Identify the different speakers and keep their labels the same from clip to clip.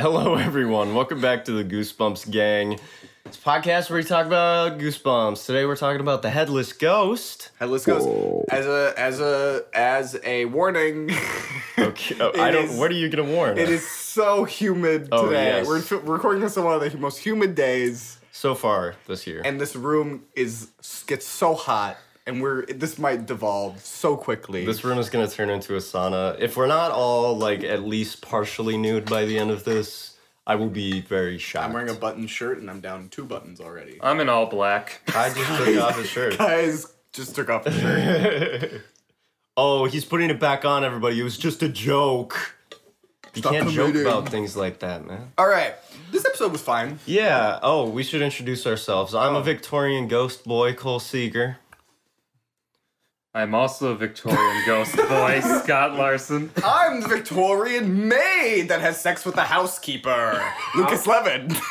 Speaker 1: Hello, everyone. Welcome back to the Goosebumps Gang. It's a podcast where we talk about goosebumps. Today, we're talking about the headless ghost.
Speaker 2: Headless goes as a as a as a warning.
Speaker 1: Okay, oh, I
Speaker 2: It
Speaker 1: don't.
Speaker 2: is-
Speaker 1: what are you gonna warn?
Speaker 2: It
Speaker 1: us?
Speaker 2: is so humid
Speaker 1: Oh,
Speaker 2: today.
Speaker 1: yes.
Speaker 2: We're f- recording this on one of the most humid days,
Speaker 1: so far this year.
Speaker 2: and this room is gets so hot, and we're this might devolve so quickly.
Speaker 1: this room is gonna turn into a sauna. If we're not all like at least partially nude by the end of this, I will be very shocked.
Speaker 2: I'm wearing a button shirt, and I'm down two buttons already.
Speaker 1: Uh,
Speaker 3: I'm in all black.
Speaker 1: I just took off his shirt.
Speaker 2: Guys just took off the shirt.
Speaker 1: Oh, he's putting it back on, everybody. It was just a joke. You
Speaker 2: Stop
Speaker 1: can't joke
Speaker 2: committing.
Speaker 1: about things like that, man.
Speaker 2: All right, this episode was fine.
Speaker 1: Yeah. Oh, we should introduce ourselves. I'm a Victorian ghost boy, Cole Seeger.
Speaker 3: I'm also a Victorian ghost boy, Scott Larson.
Speaker 2: I'm the Victorian maid that has sex with the housekeeper, Lucas Levin.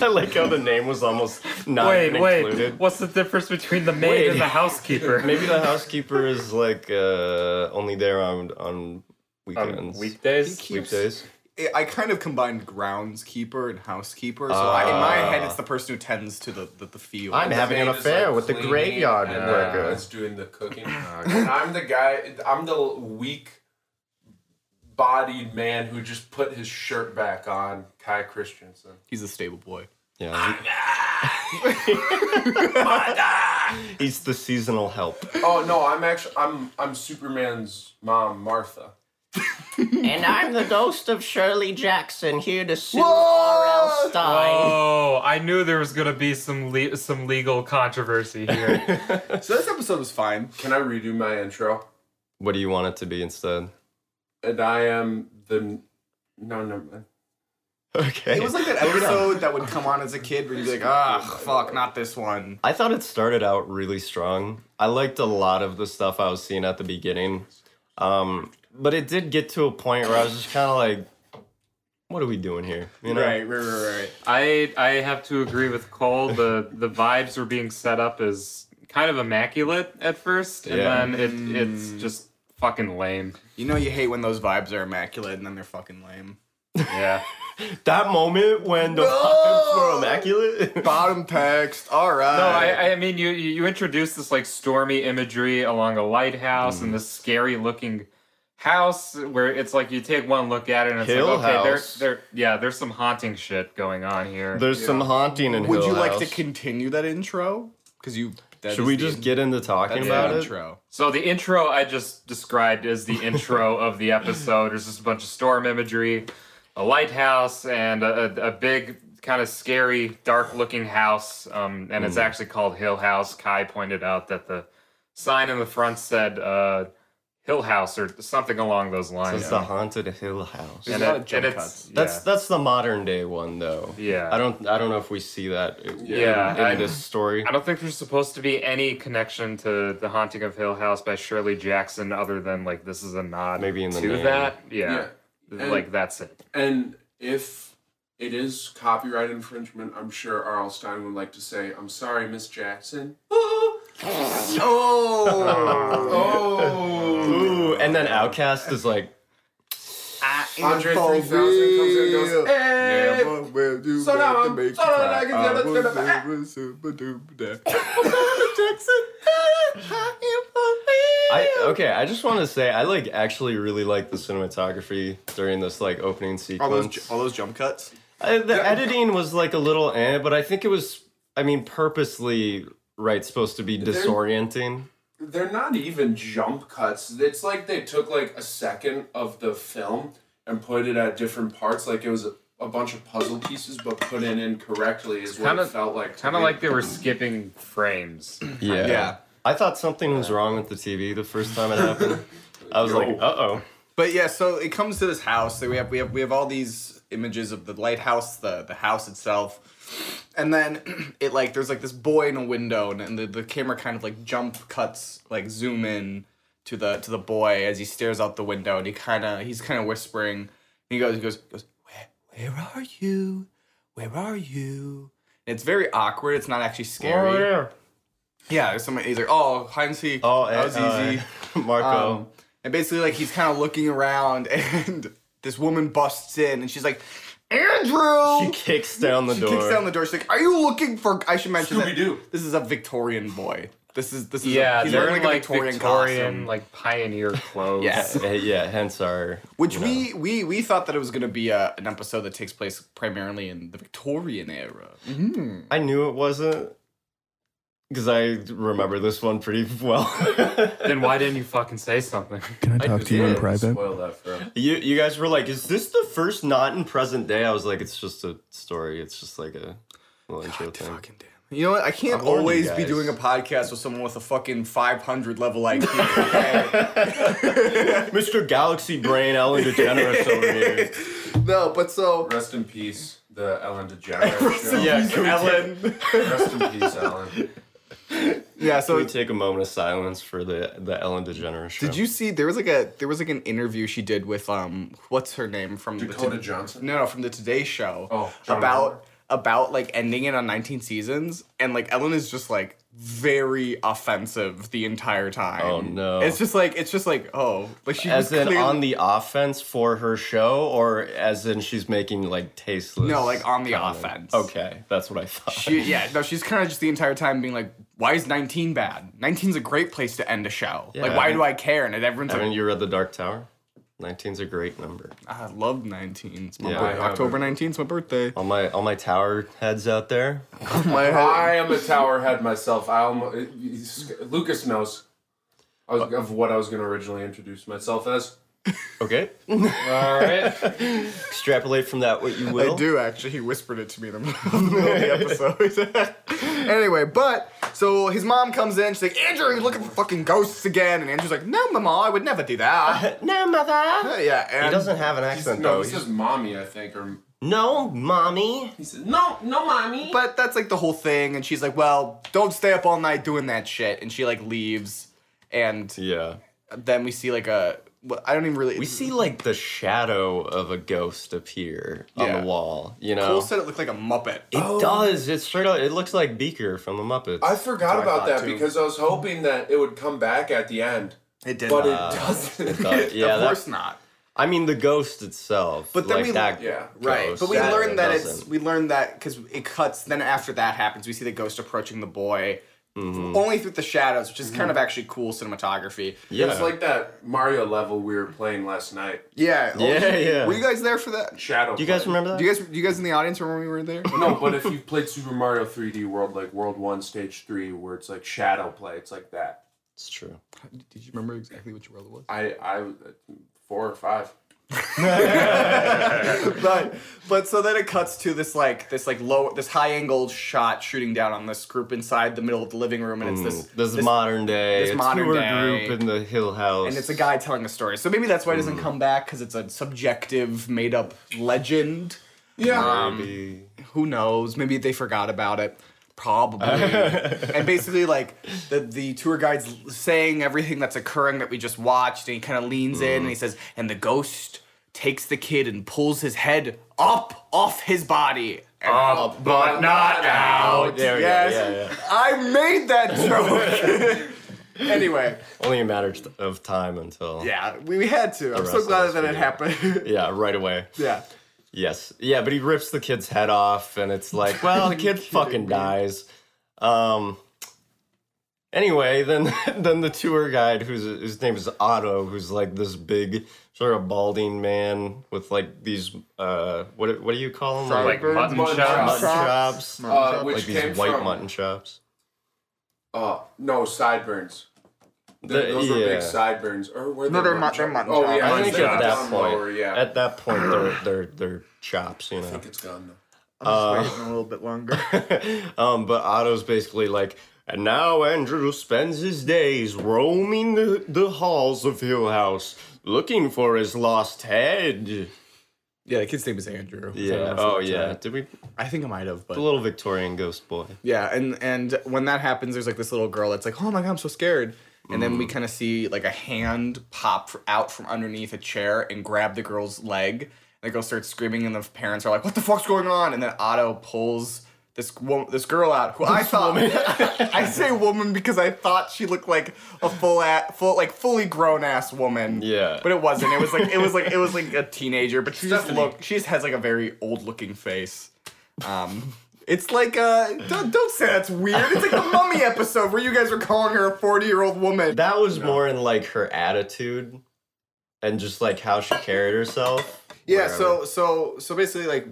Speaker 1: I like how the name was almost not
Speaker 3: Wait,
Speaker 1: even
Speaker 3: wait.
Speaker 1: included.
Speaker 3: What's the difference between the maid
Speaker 1: Wait.
Speaker 3: and the housekeeper?
Speaker 1: Maybe the housekeeper is like uh, only there on on
Speaker 3: on
Speaker 1: weekends,
Speaker 3: weekdays.
Speaker 1: weekdays.
Speaker 2: I- I kind of combined groundskeeper and housekeeper, so I, in my head it's the person who tends to the the, the field.
Speaker 1: Ah. I'm having an
Speaker 4: maid is,
Speaker 1: affair
Speaker 4: like,
Speaker 1: with the
Speaker 4: cleaning
Speaker 1: graveyard
Speaker 4: and uh,
Speaker 1: worker.
Speaker 4: That's doing the cooking. Uh, and I'm the guy. I'm the weak. Bodied man who just put his shirt back on, Kai Christensen.
Speaker 2: He's a stable boy.
Speaker 1: Yeah. he- He's the seasonal help.
Speaker 4: Oh no, I'm actually I'm I'm Superman's mom, Martha.
Speaker 1: And I'm the ghost of Shirley Jackson here to sue
Speaker 2: R.L.
Speaker 1: Stein.
Speaker 3: Oh, I knew there was gonna be some le- some legal controversy here.
Speaker 2: So this episode was fine.
Speaker 4: Can I redo my intro?
Speaker 1: What do you want it to be instead?
Speaker 4: And I am the no never mind.
Speaker 1: Okay.
Speaker 2: It was like that episode that would come on as a kid where you'd be like, ah, fuck, not this one.
Speaker 1: I thought it started out really strong. I liked a lot of the stuff I was seeing at the beginning. Um, but it did get to a point where I was just kind of like, what are we doing here? You know?
Speaker 2: Right, right, right, right.
Speaker 3: I I have to agree with Cole. The the vibes were being set up as kind of immaculate at first, and
Speaker 1: Yeah.
Speaker 3: then it it's just fucking lame.
Speaker 2: You know you hate when those vibes are immaculate and then they're fucking lame.
Speaker 3: Yeah.
Speaker 1: That moment when the vibes were immaculate.
Speaker 2: Bottom text, all right.
Speaker 3: No, I, I mean you you you introduced this like stormy imagery along a lighthouse
Speaker 1: Mm.
Speaker 3: and this scary looking house where it's like you take one look at it and it's
Speaker 1: Hill
Speaker 3: like okay
Speaker 1: House.
Speaker 3: there's there yeah there's some haunting shit going on here.
Speaker 1: There's some haunting in
Speaker 2: Would
Speaker 1: Hill
Speaker 2: you like to
Speaker 1: House.
Speaker 2: continue that intro? Because you. that
Speaker 1: Should
Speaker 2: is
Speaker 1: we
Speaker 2: the
Speaker 1: just
Speaker 2: in-
Speaker 1: get into talking
Speaker 2: that's
Speaker 1: about
Speaker 2: the
Speaker 1: it?
Speaker 2: intro?
Speaker 3: so the intro I just described is the intro of the episode. There's just a bunch of storm imagery, a lighthouse, and a, a, a big kind of scary dark looking house. Um, and
Speaker 1: Hmm.
Speaker 3: it's actually called Hill House. Kai pointed out that the sign in the front said uh, Hill House or something along those lines.
Speaker 1: It's the haunted Hill House.
Speaker 2: There's
Speaker 3: And
Speaker 2: a lot
Speaker 3: it-
Speaker 2: of jump
Speaker 3: and
Speaker 2: cuts.
Speaker 3: it's-
Speaker 1: That's that's the modern day one though.
Speaker 3: Yeah.
Speaker 1: I don't I don't know if we see that in,
Speaker 3: Yeah,
Speaker 1: in
Speaker 3: I-
Speaker 1: this story.
Speaker 3: I don't think there's supposed to be any connection to The Haunting of Hill House by Shirley Jackson other than like this is a nod
Speaker 1: Maybe in the
Speaker 3: to
Speaker 1: name.
Speaker 3: that. Yeah.
Speaker 4: Yeah.
Speaker 3: Like that's it.
Speaker 4: And if it is copyright infringement, I'm sure R.L. Stein would like to say, "I'm sorry, Miss Jackson."
Speaker 2: Oh!
Speaker 1: Ooh, and then Outcast is like
Speaker 4: Andre 3000 comes in and goes,
Speaker 3: "Eh."
Speaker 4: "Hey,
Speaker 2: so
Speaker 4: now
Speaker 2: now,
Speaker 4: I'm- so now I can do the-
Speaker 1: I okay, I just want to say I like actually really like the cinematography during this like opening
Speaker 2: all Oh, those
Speaker 1: sequence.
Speaker 2: ju- all those jump cuts.
Speaker 1: I- the editing was like a little eh, but I think it was I mean purposely right supposed to be disorienting.
Speaker 4: They're not even jump cuts. It's like they took like a second of the film and put it at different parts, like it was a, a bunch of puzzle pieces, but put in incorrectly. Is what
Speaker 3: Kinda-
Speaker 4: it felt like. to
Speaker 3: Kind of
Speaker 4: me.
Speaker 3: like they were skipping frames.
Speaker 1: Yeah.
Speaker 2: Yeah.
Speaker 1: I thought something was wrong with the TV the first time it happened. I was like,
Speaker 4: Yo.
Speaker 1: "Uh-oh."
Speaker 2: But yeah, so it comes to this house. So we have we have we have all these images of the lighthouse, the the house itself, and then it like there's like this boy in a window, and, and the, the camera kind of like jump cuts, like zoom in to the to the boy as he stares out the window, and he kind of he's kind of whispering, and he goes he goes he goes where where are you where are you? And it's very awkward. It's not actually scary. Yeah, there's somebody. He's like, oh, hide and seek.
Speaker 1: Oh,
Speaker 2: that was
Speaker 1: eh,
Speaker 2: easy.
Speaker 1: uh, Marco.
Speaker 2: Um, and basically, like he's kind of looking around, and this woman busts in and she's like, Andrew!
Speaker 1: She kicks down the
Speaker 2: Um, She
Speaker 1: door.
Speaker 2: kicks down the door. She's like, "Are you looking for?" I should mention that
Speaker 4: Scooby-Doo.
Speaker 2: this is a Victorian boy. This is this is
Speaker 3: Yeah,
Speaker 2: A, he's
Speaker 3: they're
Speaker 2: wearing
Speaker 3: in,
Speaker 2: like a
Speaker 3: like Victorian,
Speaker 2: Victorian, costume,
Speaker 3: like pioneer clothes.
Speaker 2: Yeah.
Speaker 1: Uh, yeah, hence our.
Speaker 2: which
Speaker 1: you know.
Speaker 2: we we we thought that it was gonna be a, an episode that takes place primarily in the Victorian era.
Speaker 1: I knew it wasn't because I remember this one pretty well.
Speaker 3: Then why didn't you fucking say something?
Speaker 5: Can I talk to you in
Speaker 1: did.
Speaker 5: private?
Speaker 4: Spoil that for him.
Speaker 1: you you guys were like, "Is this the first not in present day?" I was like, "It's just a story. It's just like a little intro thing."
Speaker 2: Fucking damn. You know what? I can't
Speaker 1: I warned you
Speaker 2: always be
Speaker 1: guys.
Speaker 2: doing a podcast with someone with a fucking 500 level IQ. okay?
Speaker 1: Mr. Galaxy Brain, Ellen DeGeneres over here.
Speaker 2: No, but so
Speaker 4: Rest in peace, the Ellen DeGeneres. show.
Speaker 1: Yeah,
Speaker 2: Ellen.
Speaker 4: Rest in peace, Ellen.
Speaker 2: yeah,
Speaker 1: Can
Speaker 2: so
Speaker 1: we take a moment of silence for the the Ellen DeGeneres show?
Speaker 2: did you see there was like a there was like an interview she did with um what's her name from
Speaker 4: Dakota
Speaker 2: the To-
Speaker 4: Johnson.
Speaker 2: No, no, from the Today Show.
Speaker 4: Oh, John
Speaker 2: about
Speaker 4: Oliver.
Speaker 2: about like ending it on 19 seasons and like Ellen is just like very offensive the entire time.
Speaker 1: Oh, no.
Speaker 2: It's just like it's just like oh, like she
Speaker 1: As
Speaker 2: was
Speaker 1: in
Speaker 2: clearly-
Speaker 1: on the offense for her show, or as in she's making like tasteless?
Speaker 2: No, like on the
Speaker 1: comments?
Speaker 2: offense.
Speaker 1: Okay, that's what I thought.
Speaker 2: She, yeah, no, she's kind of just the entire time being like, why is 19 bad? 19's a great place to end a show. like,
Speaker 1: Yeah.
Speaker 2: why do I care? And everyone's
Speaker 1: Haven't
Speaker 2: like,
Speaker 1: you read The Dark Tower? 19's a great number.
Speaker 2: I love 19. It's my
Speaker 1: Yeah,
Speaker 2: birthday.
Speaker 4: I have
Speaker 2: October
Speaker 4: it.
Speaker 2: 19th is my birthday.
Speaker 1: All my all my tower heads out there.
Speaker 2: my
Speaker 4: I am a tower head myself. I almost, Lucas knows I was, of what I was going to originally introduce myself as.
Speaker 1: Okay.
Speaker 3: All right.
Speaker 1: Extrapolate from that what you will.
Speaker 2: I do actually. He whispered it to me in the middle of the episode. anyway, but so his mom comes in. She's like, Andrew, are you looking for fucking ghosts again? And Andrew's like, No, mama, I would never do that. Uh,
Speaker 1: No, mother.
Speaker 2: yeah, and
Speaker 1: He doesn't have an accent
Speaker 4: no,
Speaker 1: though.
Speaker 4: he says mommy, I think, or
Speaker 1: no, mommy.
Speaker 4: he says no, no, mommy.
Speaker 2: But that's like the whole thing. And she's like, Well, don't stay up all night doing that shit. And she like leaves. And
Speaker 1: Yeah.
Speaker 2: then we see like a well, I don't even really.
Speaker 1: We see like the shadow of a ghost appear on
Speaker 2: Yeah.
Speaker 1: the wall. You know.
Speaker 2: Cole said it looked like a Muppet.
Speaker 1: It does. It's straight up. It looks like Beaker from the Muppets.
Speaker 4: I forgot
Speaker 2: That's what I
Speaker 4: about
Speaker 2: thought,
Speaker 4: that
Speaker 2: too.
Speaker 4: because I was hoping that it would come back at the end,
Speaker 2: It did,
Speaker 4: but
Speaker 2: not.
Speaker 4: it doesn't.
Speaker 1: Uh, yeah,
Speaker 2: of
Speaker 1: that-
Speaker 2: course not.
Speaker 1: I mean the ghost itself.
Speaker 2: But then
Speaker 1: like
Speaker 2: we-
Speaker 1: that
Speaker 4: yeah.
Speaker 2: Right,
Speaker 1: ghost,
Speaker 2: but we
Speaker 1: yeah,
Speaker 2: learned that it's
Speaker 1: doesn't.
Speaker 2: we learned that because it cuts. Then after that happens, we see the ghost approaching the boy, only through the shadows, which is kind of actually cool cinematography.
Speaker 1: yeah.
Speaker 4: It was like that Mario level we were playing last night.
Speaker 2: Yeah, oh,
Speaker 1: Yeah, yeah.
Speaker 2: Were you guys there for that?
Speaker 4: Shadow.
Speaker 1: Do you guys remember that?
Speaker 2: Do you guys, do you guys in the audience remember when we were there?
Speaker 4: No, but if you've played Super Mario 3D World, like World 1, Stage 3, where it's like shadow play, it's like that.
Speaker 1: it's true.
Speaker 2: Did you remember exactly which world it was?
Speaker 4: I, I, four or five.
Speaker 2: but but so then it cuts to this like this like low this high angle shot shooting down on this group inside the middle of the living room, and it's Mm, this
Speaker 1: This, is modern day.
Speaker 2: this
Speaker 1: it's
Speaker 2: modern
Speaker 1: tour
Speaker 2: day.
Speaker 1: group in the Hill House.
Speaker 2: and it's a guy telling a story. So maybe that's why it doesn't come back because it's a subjective, made up legend. Um,
Speaker 4: Yeah.
Speaker 1: Maybe.
Speaker 2: Who knows? Maybe they forgot about it. Probably. and basically, like the the tour guide's saying everything that's occurring that we just watched, and he kind of leans in and he says, "And the ghost takes the kid and pulls his head up off his body." And-
Speaker 3: Up, Oh, but not out.
Speaker 1: There we
Speaker 2: Yes,
Speaker 1: go. Yeah, yeah.
Speaker 2: I made that joke. anyway,
Speaker 1: Only a matter of time until.
Speaker 2: yeah, we, we had to. I'm
Speaker 1: rest
Speaker 2: so
Speaker 1: of
Speaker 2: glad
Speaker 1: us
Speaker 2: that it
Speaker 1: figured.
Speaker 2: happened.
Speaker 1: Yeah, right away.
Speaker 2: yeah.
Speaker 1: Yes. Yeah, but he rips the kid's head off, and it's like, well, the kid fucking dies. Um. Anyway, then then the tour guide, whose his name is Otto, who's like this big sort of balding man with like these uh what what do you call them
Speaker 3: Like mutton chops.
Speaker 1: mutton chops,
Speaker 4: Uh, which
Speaker 1: like
Speaker 4: came
Speaker 1: these white
Speaker 4: from,
Speaker 1: mutton chops.
Speaker 4: Uh, no, sideburns. Th-
Speaker 1: The-
Speaker 4: those were
Speaker 1: yeah.
Speaker 4: big sideburns. Or were they
Speaker 2: No, they're
Speaker 4: mutton
Speaker 2: not- they're
Speaker 4: chops?
Speaker 2: mutton
Speaker 4: Oh,
Speaker 2: chops.
Speaker 4: yeah.
Speaker 1: I think
Speaker 4: they're
Speaker 1: at that
Speaker 4: down
Speaker 1: point,
Speaker 4: lower, yeah.
Speaker 1: at that point, they're they're they're chops, you
Speaker 4: I
Speaker 1: know.
Speaker 4: think it's gone now.
Speaker 2: waiting a little bit longer.
Speaker 1: Um, but Otto's basically like, and now Andrew spends his days roaming the, the halls of Hill House looking for his lost head.
Speaker 2: yeah, the kid's name is Andrew.
Speaker 1: Yeah. Oh yeah. Did we
Speaker 2: I think I might have, but
Speaker 1: the little Victorian ghost boy?
Speaker 2: yeah, and and when that happens, there's like this little girl that's like, "Oh my god, I'm so scared," and then we kind of see like a hand pop f- out from underneath a chair and grab the girl's leg. And the girl starts screaming, and the parents are like, "What the fuck's going on?" And then Otto pulls this wo- this girl out who I thought I say woman because I thought she looked like a full at full like fully grown ass woman.
Speaker 1: Yeah.
Speaker 2: But it wasn't. It was like it was like it was like a teenager, but she just
Speaker 4: Stephanie.
Speaker 2: look she just has like a very old looking face. Um it's like uh don't, don't say that's weird. It's like the mummy episode where you guys were calling her a 40-year-old woman.
Speaker 1: That was more in like her attitude and just like how she carried herself.
Speaker 2: Yeah, so so so basically, like,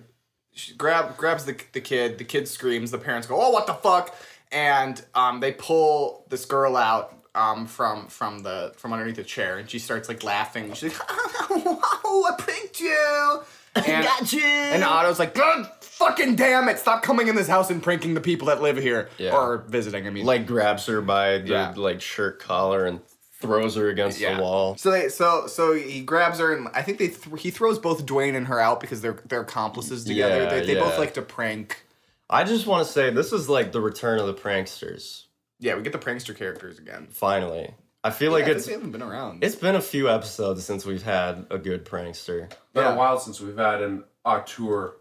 Speaker 2: she grab grabs the the kid. The kid screams. The parents go, "Oh, what the fuck!" And um, they pull this girl out um from from the from underneath the chair, and she starts like laughing. She's like, "Wow, I pranked you!" And,
Speaker 1: you.
Speaker 2: and Otto's like, "God fucking damn it! Stop coming in this house and pranking the people that live here
Speaker 1: Yeah.
Speaker 2: or visiting." I mean,
Speaker 1: like grabs her by the
Speaker 2: Yeah.
Speaker 1: like shirt collar and throws her against the wall.
Speaker 2: So they so so he grabs her and I think they th- he throws both Dwayne and her out because they're they're accomplices together.
Speaker 1: Yeah,
Speaker 2: they they both
Speaker 1: yeah.
Speaker 2: like to prank.
Speaker 1: I just want to say this is like the return of the pranksters.
Speaker 2: Yeah, we get the prankster characters again.
Speaker 1: Finally, I feel like
Speaker 2: Yeah,
Speaker 1: it's
Speaker 2: they haven't been around.
Speaker 1: it's been a few episodes since we've had a good prankster.
Speaker 4: Been
Speaker 2: Yeah.
Speaker 4: a while since we've had an auteur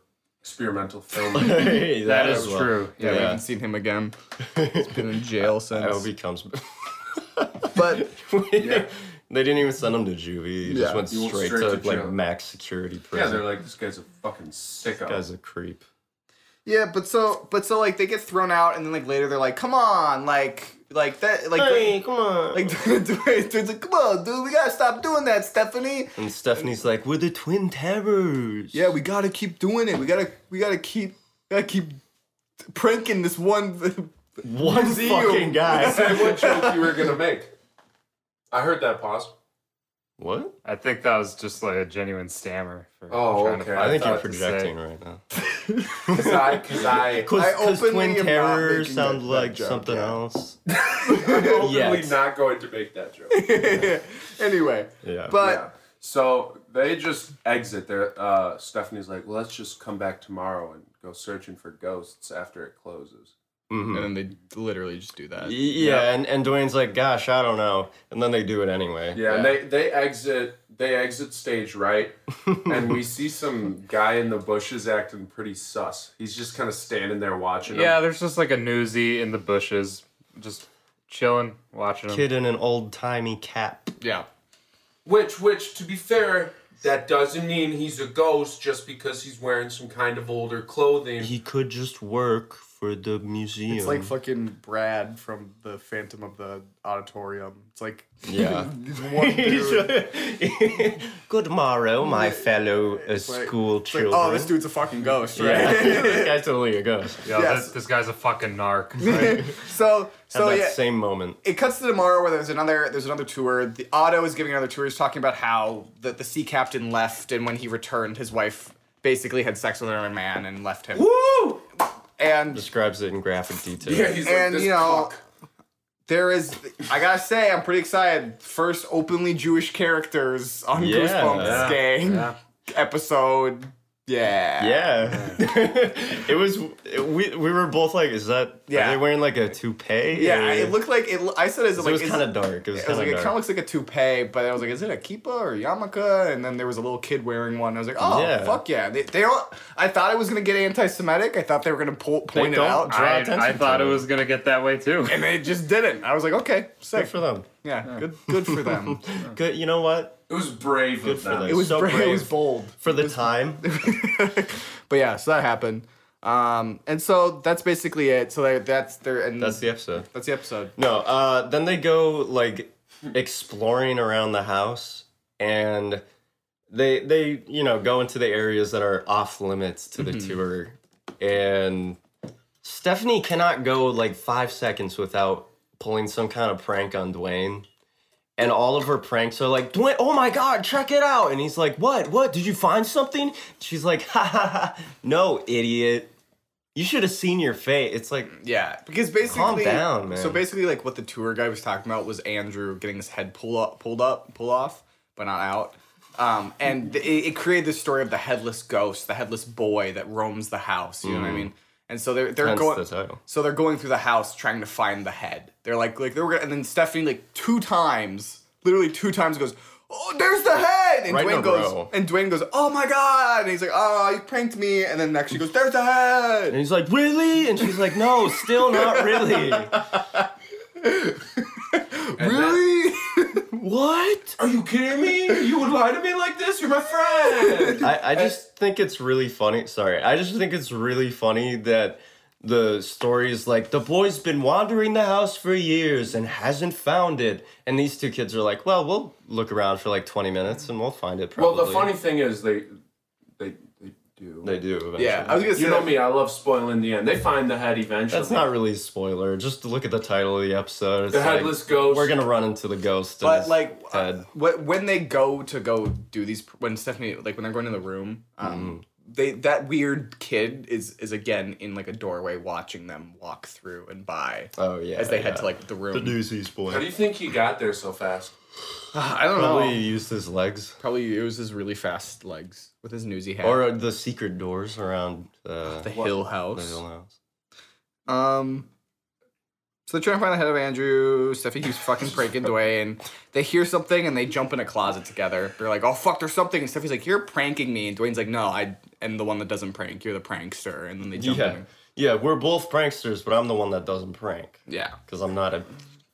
Speaker 4: experimental film.
Speaker 1: Hey,
Speaker 3: that is
Speaker 1: well.
Speaker 3: true.
Speaker 2: yeah, we
Speaker 1: yeah.
Speaker 2: haven't seen him again. He's been in jail since.
Speaker 1: I hope Oh, he comes.
Speaker 2: but
Speaker 1: They didn't even send him to juvie. He just
Speaker 2: Yeah.
Speaker 1: went
Speaker 4: He went
Speaker 1: straight,
Speaker 4: straight
Speaker 1: to,
Speaker 4: to
Speaker 1: like
Speaker 4: jail.
Speaker 1: max security
Speaker 4: yeah,
Speaker 1: prison.
Speaker 4: they're like, this guy's a fucking sicko.
Speaker 1: guy's a creep.
Speaker 2: yeah, but so but so like they get thrown out and then like later they're like, come on, like like that like
Speaker 1: come on.
Speaker 2: like Dwayne's like, come on, dude, we gotta stop doing that, Stephanie.
Speaker 1: and Stephanie's like, "We're the Twin Towers."
Speaker 2: Yeah, we gotta keep doing it. We gotta we gotta keep gotta keep pranking this one.
Speaker 1: one
Speaker 2: Museum.
Speaker 1: fucking guy.
Speaker 4: Hey, what joke you were gonna make? I heard that pause.
Speaker 1: what?
Speaker 3: I think that was just like a genuine stammer. For
Speaker 4: Oh,
Speaker 3: trying to
Speaker 4: okay.
Speaker 3: find
Speaker 4: I
Speaker 1: I think you're
Speaker 3: thought to say.
Speaker 1: projecting right now.
Speaker 4: Cause I, cause I,
Speaker 2: I
Speaker 1: Because
Speaker 2: openly
Speaker 1: Twin
Speaker 2: am not
Speaker 1: Terror
Speaker 2: making
Speaker 1: sounds
Speaker 2: that- that
Speaker 1: like
Speaker 2: joke,
Speaker 1: something
Speaker 2: yeah.
Speaker 1: else.
Speaker 4: I'm openly
Speaker 1: Yes.
Speaker 4: not going to make that joke.
Speaker 2: anyway,
Speaker 1: Yeah.
Speaker 4: Yeah.
Speaker 2: but
Speaker 4: So they just exit. There, uh, Stephanie's like, well, "Let's just come back tomorrow and go searching for ghosts after it closes."
Speaker 1: Mhm.
Speaker 2: and then they literally just do that.
Speaker 1: Y- Yeah, And, and Dwayne's like, gosh, I don't know. And then they do it anyway.
Speaker 4: Yeah, and they they exit they exit stage right, and we see some guy in the bushes acting pretty sus. He's just kind of standing there watching. 'em.
Speaker 3: Yeah, there's just like a newsie in the bushes, just chilling, watching him.
Speaker 1: Kid in an old timey cap.
Speaker 2: Yeah.
Speaker 4: Which, which, to be fair, that doesn't mean he's a ghost just because he's wearing some kind of older clothing.
Speaker 1: He could just work for the museum.
Speaker 2: It's like fucking Brad from the Phantom of the Auditorium. It's like
Speaker 1: Yeah.
Speaker 2: one dude.
Speaker 1: Good morrow, my fellow uh, school
Speaker 2: It's like,
Speaker 1: children.
Speaker 2: oh, this dude's a fucking ghost,
Speaker 1: Yeah,
Speaker 2: right?
Speaker 1: this guy's totally a ghost.
Speaker 3: Yeah,
Speaker 2: Yes.
Speaker 3: this, this guy's a fucking narc.
Speaker 2: so so
Speaker 1: that
Speaker 2: yeah.
Speaker 1: same moment.
Speaker 2: it cuts to tomorrow where there's another there's another tour. The Otto is giving another tour. He's talking about how the, the sea captain left, and when he returned, his wife basically had sex with another man and left him.
Speaker 4: Woo!
Speaker 2: And
Speaker 1: Describes it in graphic detail.
Speaker 4: Yeah, he's
Speaker 2: And,
Speaker 4: like this
Speaker 2: you know,
Speaker 4: cock.
Speaker 2: there is I gotta say I'm pretty excited. First openly Jewish characters on
Speaker 1: Yeah.
Speaker 2: Goosebumps
Speaker 1: Yeah.
Speaker 2: gang episode. Yeah.
Speaker 1: Yeah. it was we we were both like, is that
Speaker 2: Yeah.
Speaker 1: are they wearing like a toupee?
Speaker 2: Yeah,
Speaker 1: or-
Speaker 2: it looked like it. I said it,
Speaker 1: it
Speaker 2: like
Speaker 1: was
Speaker 2: is-
Speaker 1: kind of dark. It was
Speaker 2: It was
Speaker 1: kind
Speaker 2: like it
Speaker 1: of
Speaker 2: kind of
Speaker 1: dark.
Speaker 2: looks like a toupee, but I was like, is it a kippa or yarmulke? And then there was a little kid wearing one. And I was like, oh
Speaker 1: Yeah.
Speaker 2: fuck yeah! They, they all, I thought it was gonna get anti-Semitic. I thought they were gonna pull, point it
Speaker 1: don't
Speaker 2: out,
Speaker 1: draw-
Speaker 3: I,
Speaker 1: attention
Speaker 3: I
Speaker 1: to
Speaker 3: thought it
Speaker 1: him.
Speaker 3: was gonna get that way too.
Speaker 2: and they just didn't. I was like, okay, sick.
Speaker 1: Good for them.
Speaker 2: yeah, good, good for them.
Speaker 1: Good. You know what?
Speaker 4: It was brave of
Speaker 1: for
Speaker 4: them.
Speaker 1: them.
Speaker 2: it was
Speaker 1: So
Speaker 2: brave, it was
Speaker 1: brave.
Speaker 2: bold.
Speaker 1: For the time,
Speaker 2: But yeah, so that happened. Um, and so that's basically it. So that- that's their and
Speaker 1: that's the episode.
Speaker 2: that's the episode.
Speaker 1: No. Uh, then they go like exploring around the house, and they they you know go into the areas that are off limits to the tour, and Stephanie cannot go like five seconds without pulling some kind of prank on Dwayne. And all of her pranks are like, Dwayne, oh my god, check it out. And he's like, what? What? Did you find something? She's like, ha ha ha, no, idiot. You should have seen your face. It's like,
Speaker 2: Yeah, because basically,
Speaker 1: down, man.
Speaker 2: So basically, like what the tour guy was talking about was Andrew getting his head pull up, pulled up, pull off, but not out. Um, and th- it, it created this story of the headless ghost, the headless boy that roams the house. You know what I mean? And so they're they're
Speaker 1: Mm. hence
Speaker 2: going.
Speaker 1: the title.
Speaker 2: So they're going through the house trying to find the head. They're like, like they were, gonna, and then Stephanie like two times, literally two times goes, "Oh, there's the head!" and
Speaker 1: Right in
Speaker 2: Dwayne
Speaker 1: a
Speaker 2: goes
Speaker 1: row.
Speaker 2: and Dwayne goes, "Oh my god!" And he's like, "Oh, you pranked me!" And then next she goes, "There's a
Speaker 1: And
Speaker 2: head."
Speaker 1: he's like, really? And she's like, no, still not really.
Speaker 2: Really?
Speaker 1: what?
Speaker 4: Are you kidding me? You would lie to me like this? You're my friend.
Speaker 1: I, I just think it's really funny. Sorry. I just think it's really funny that the story is like, the boy's been wandering the house for years and hasn't found it. And these two kids are like, well, we'll look around for like 20 minutes and we'll find it
Speaker 4: well,
Speaker 1: probably.
Speaker 4: the funny thing is they they they do.
Speaker 1: They do. Eventually.
Speaker 2: yeah, I was gonna say.
Speaker 4: you know
Speaker 2: that.
Speaker 4: me, I love spoiling the end. They find the head eventually.
Speaker 1: That's not really a spoiler. Just look at the title of the episode. It's
Speaker 4: the
Speaker 1: like,
Speaker 4: headless ghost.
Speaker 1: We're gonna run into the ghost. and
Speaker 2: But
Speaker 1: his
Speaker 2: like, uh,
Speaker 1: head.
Speaker 2: wh- when they go to go do these, when Stephanie, like when they're going in the room, um, they that weird kid is is again in like a doorway watching them walk through and by
Speaker 1: oh yeah,
Speaker 2: as they
Speaker 1: yeah.
Speaker 2: head to like the room.
Speaker 1: Newsies boy.
Speaker 4: How do you Oh. think he got there so fast?
Speaker 2: Ah, I don't
Speaker 1: Probably
Speaker 2: know.
Speaker 1: used his legs
Speaker 2: Probably uses his really fast legs with his newsy hat.
Speaker 1: or uh, the secret doors around uh,
Speaker 2: the
Speaker 1: the
Speaker 2: Hill House.
Speaker 1: Hill House.
Speaker 2: Um. So they're trying to find the head of Andrew. Steffi keeps fucking pranking Dwayne. They hear something and they jump in a closet together. They're like, "Oh fuck, there's something!" And Steffi's like, "You're pranking me," and Dwayne's like, "No, I am the one that doesn't prank. You're the prankster." And then they jump
Speaker 1: Yeah,
Speaker 2: in.
Speaker 1: yeah, we're both pranksters, but I'm the one that doesn't prank
Speaker 2: Yeah.
Speaker 1: because I'm not an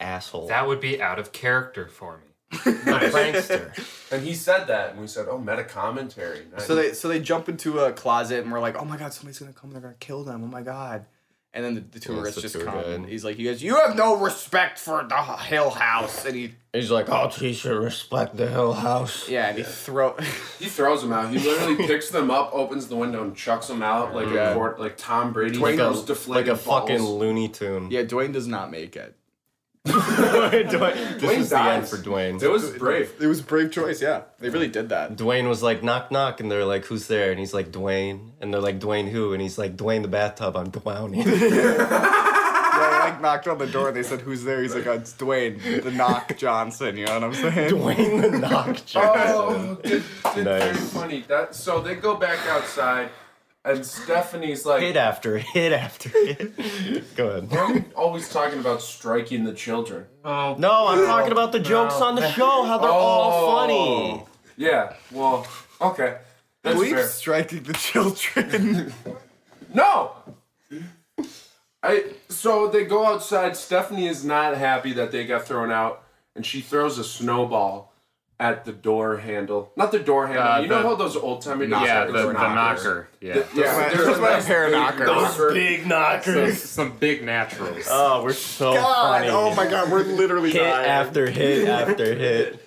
Speaker 1: asshole.
Speaker 3: That would be out of character for me.
Speaker 1: I'm a prankster.
Speaker 4: And he said that, and we said, "Oh, meta commentary." Nice.
Speaker 2: So they so they jump into a closet and we're like, "Oh my god, somebody's gonna come! They're gonna kill them! Oh my god!" And then the, the
Speaker 1: Yeah,
Speaker 2: tourists
Speaker 1: it's the tour
Speaker 2: just come.
Speaker 1: guide.
Speaker 2: He's like, "You guys, you have no respect for the Hill House," and he
Speaker 1: He's like, "Oh, teacher, respect the Hill House."
Speaker 2: yeah, and he throw.
Speaker 4: he throws them out. He literally picks them up, opens the window, and chucks them out like
Speaker 2: Yeah.
Speaker 4: a court, like Tom Brady.
Speaker 1: Like a,
Speaker 4: throws
Speaker 1: like
Speaker 4: deflated
Speaker 1: a fucking
Speaker 4: balls.
Speaker 1: Looney Tune.
Speaker 2: yeah, Dwayne does not make it.
Speaker 1: Dwayne, this
Speaker 4: Dwayne
Speaker 1: is the end
Speaker 4: dies.
Speaker 1: for Dwayne.
Speaker 4: It was brave.
Speaker 2: It was a brave choice, yeah. They really did that.
Speaker 1: Dwayne was like, knock, knock. And they're like, who's there? And he's like, Dwayne. And they're like, Dwayne who? And he's like, Dwayne the bathtub. I'm drowning.
Speaker 2: Yeah, they like knocked on the door and they said, Who's there? He's like, oh, It's Dwayne, the knock Johnson, you know what I'm saying?
Speaker 1: Dwayne the knock Johnson.
Speaker 4: Oh, did, did
Speaker 1: Nice.
Speaker 4: very funny. That so they go back outside, and Stephanie's like,
Speaker 1: Hit after hit after hit. Go ahead.
Speaker 4: "I'm always talking about striking the children."
Speaker 3: Oh,
Speaker 1: No, I'm talking about the jokes on the show, how they're all funny.
Speaker 4: Oh. Yeah. Well. Okay. That's fair.
Speaker 2: striking the children.
Speaker 4: No. I so they go outside. Stephanie is not happy that they got thrown out, and she throws a snowball at the door handle. Not the door handle.
Speaker 3: Uh,
Speaker 4: you know
Speaker 3: the-
Speaker 4: how those old timey
Speaker 3: yeah, the, the knocker. Yeah.
Speaker 4: Yeah,
Speaker 2: Those
Speaker 4: there's
Speaker 2: were
Speaker 4: a
Speaker 2: pair of knockers.
Speaker 4: those were-
Speaker 1: Big
Speaker 3: Some,
Speaker 1: knockers.
Speaker 3: some big naturals.
Speaker 1: Oh, we're so
Speaker 2: God,
Speaker 1: funny.
Speaker 2: oh my god, we're literally
Speaker 1: Hit
Speaker 2: dying.
Speaker 1: after hit after hit.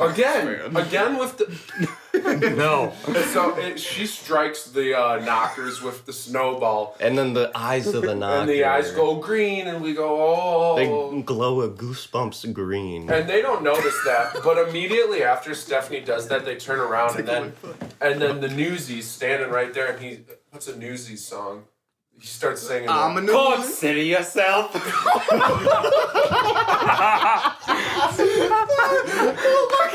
Speaker 4: again, again with the.
Speaker 3: no.
Speaker 4: So it, she strikes the uh, knockers with the snowball,
Speaker 1: And then the eyes of the knocker.
Speaker 4: and the eyes go green, and we go, oh.
Speaker 1: They glow a goosebumps green.
Speaker 4: And they don't notice that, but immediately after Stephanie does that, they turn around and then and then the newsies standing right there, and he what's a newsies song? He starts singing.
Speaker 2: I'm a
Speaker 4: it.
Speaker 2: new
Speaker 3: Consider yourself.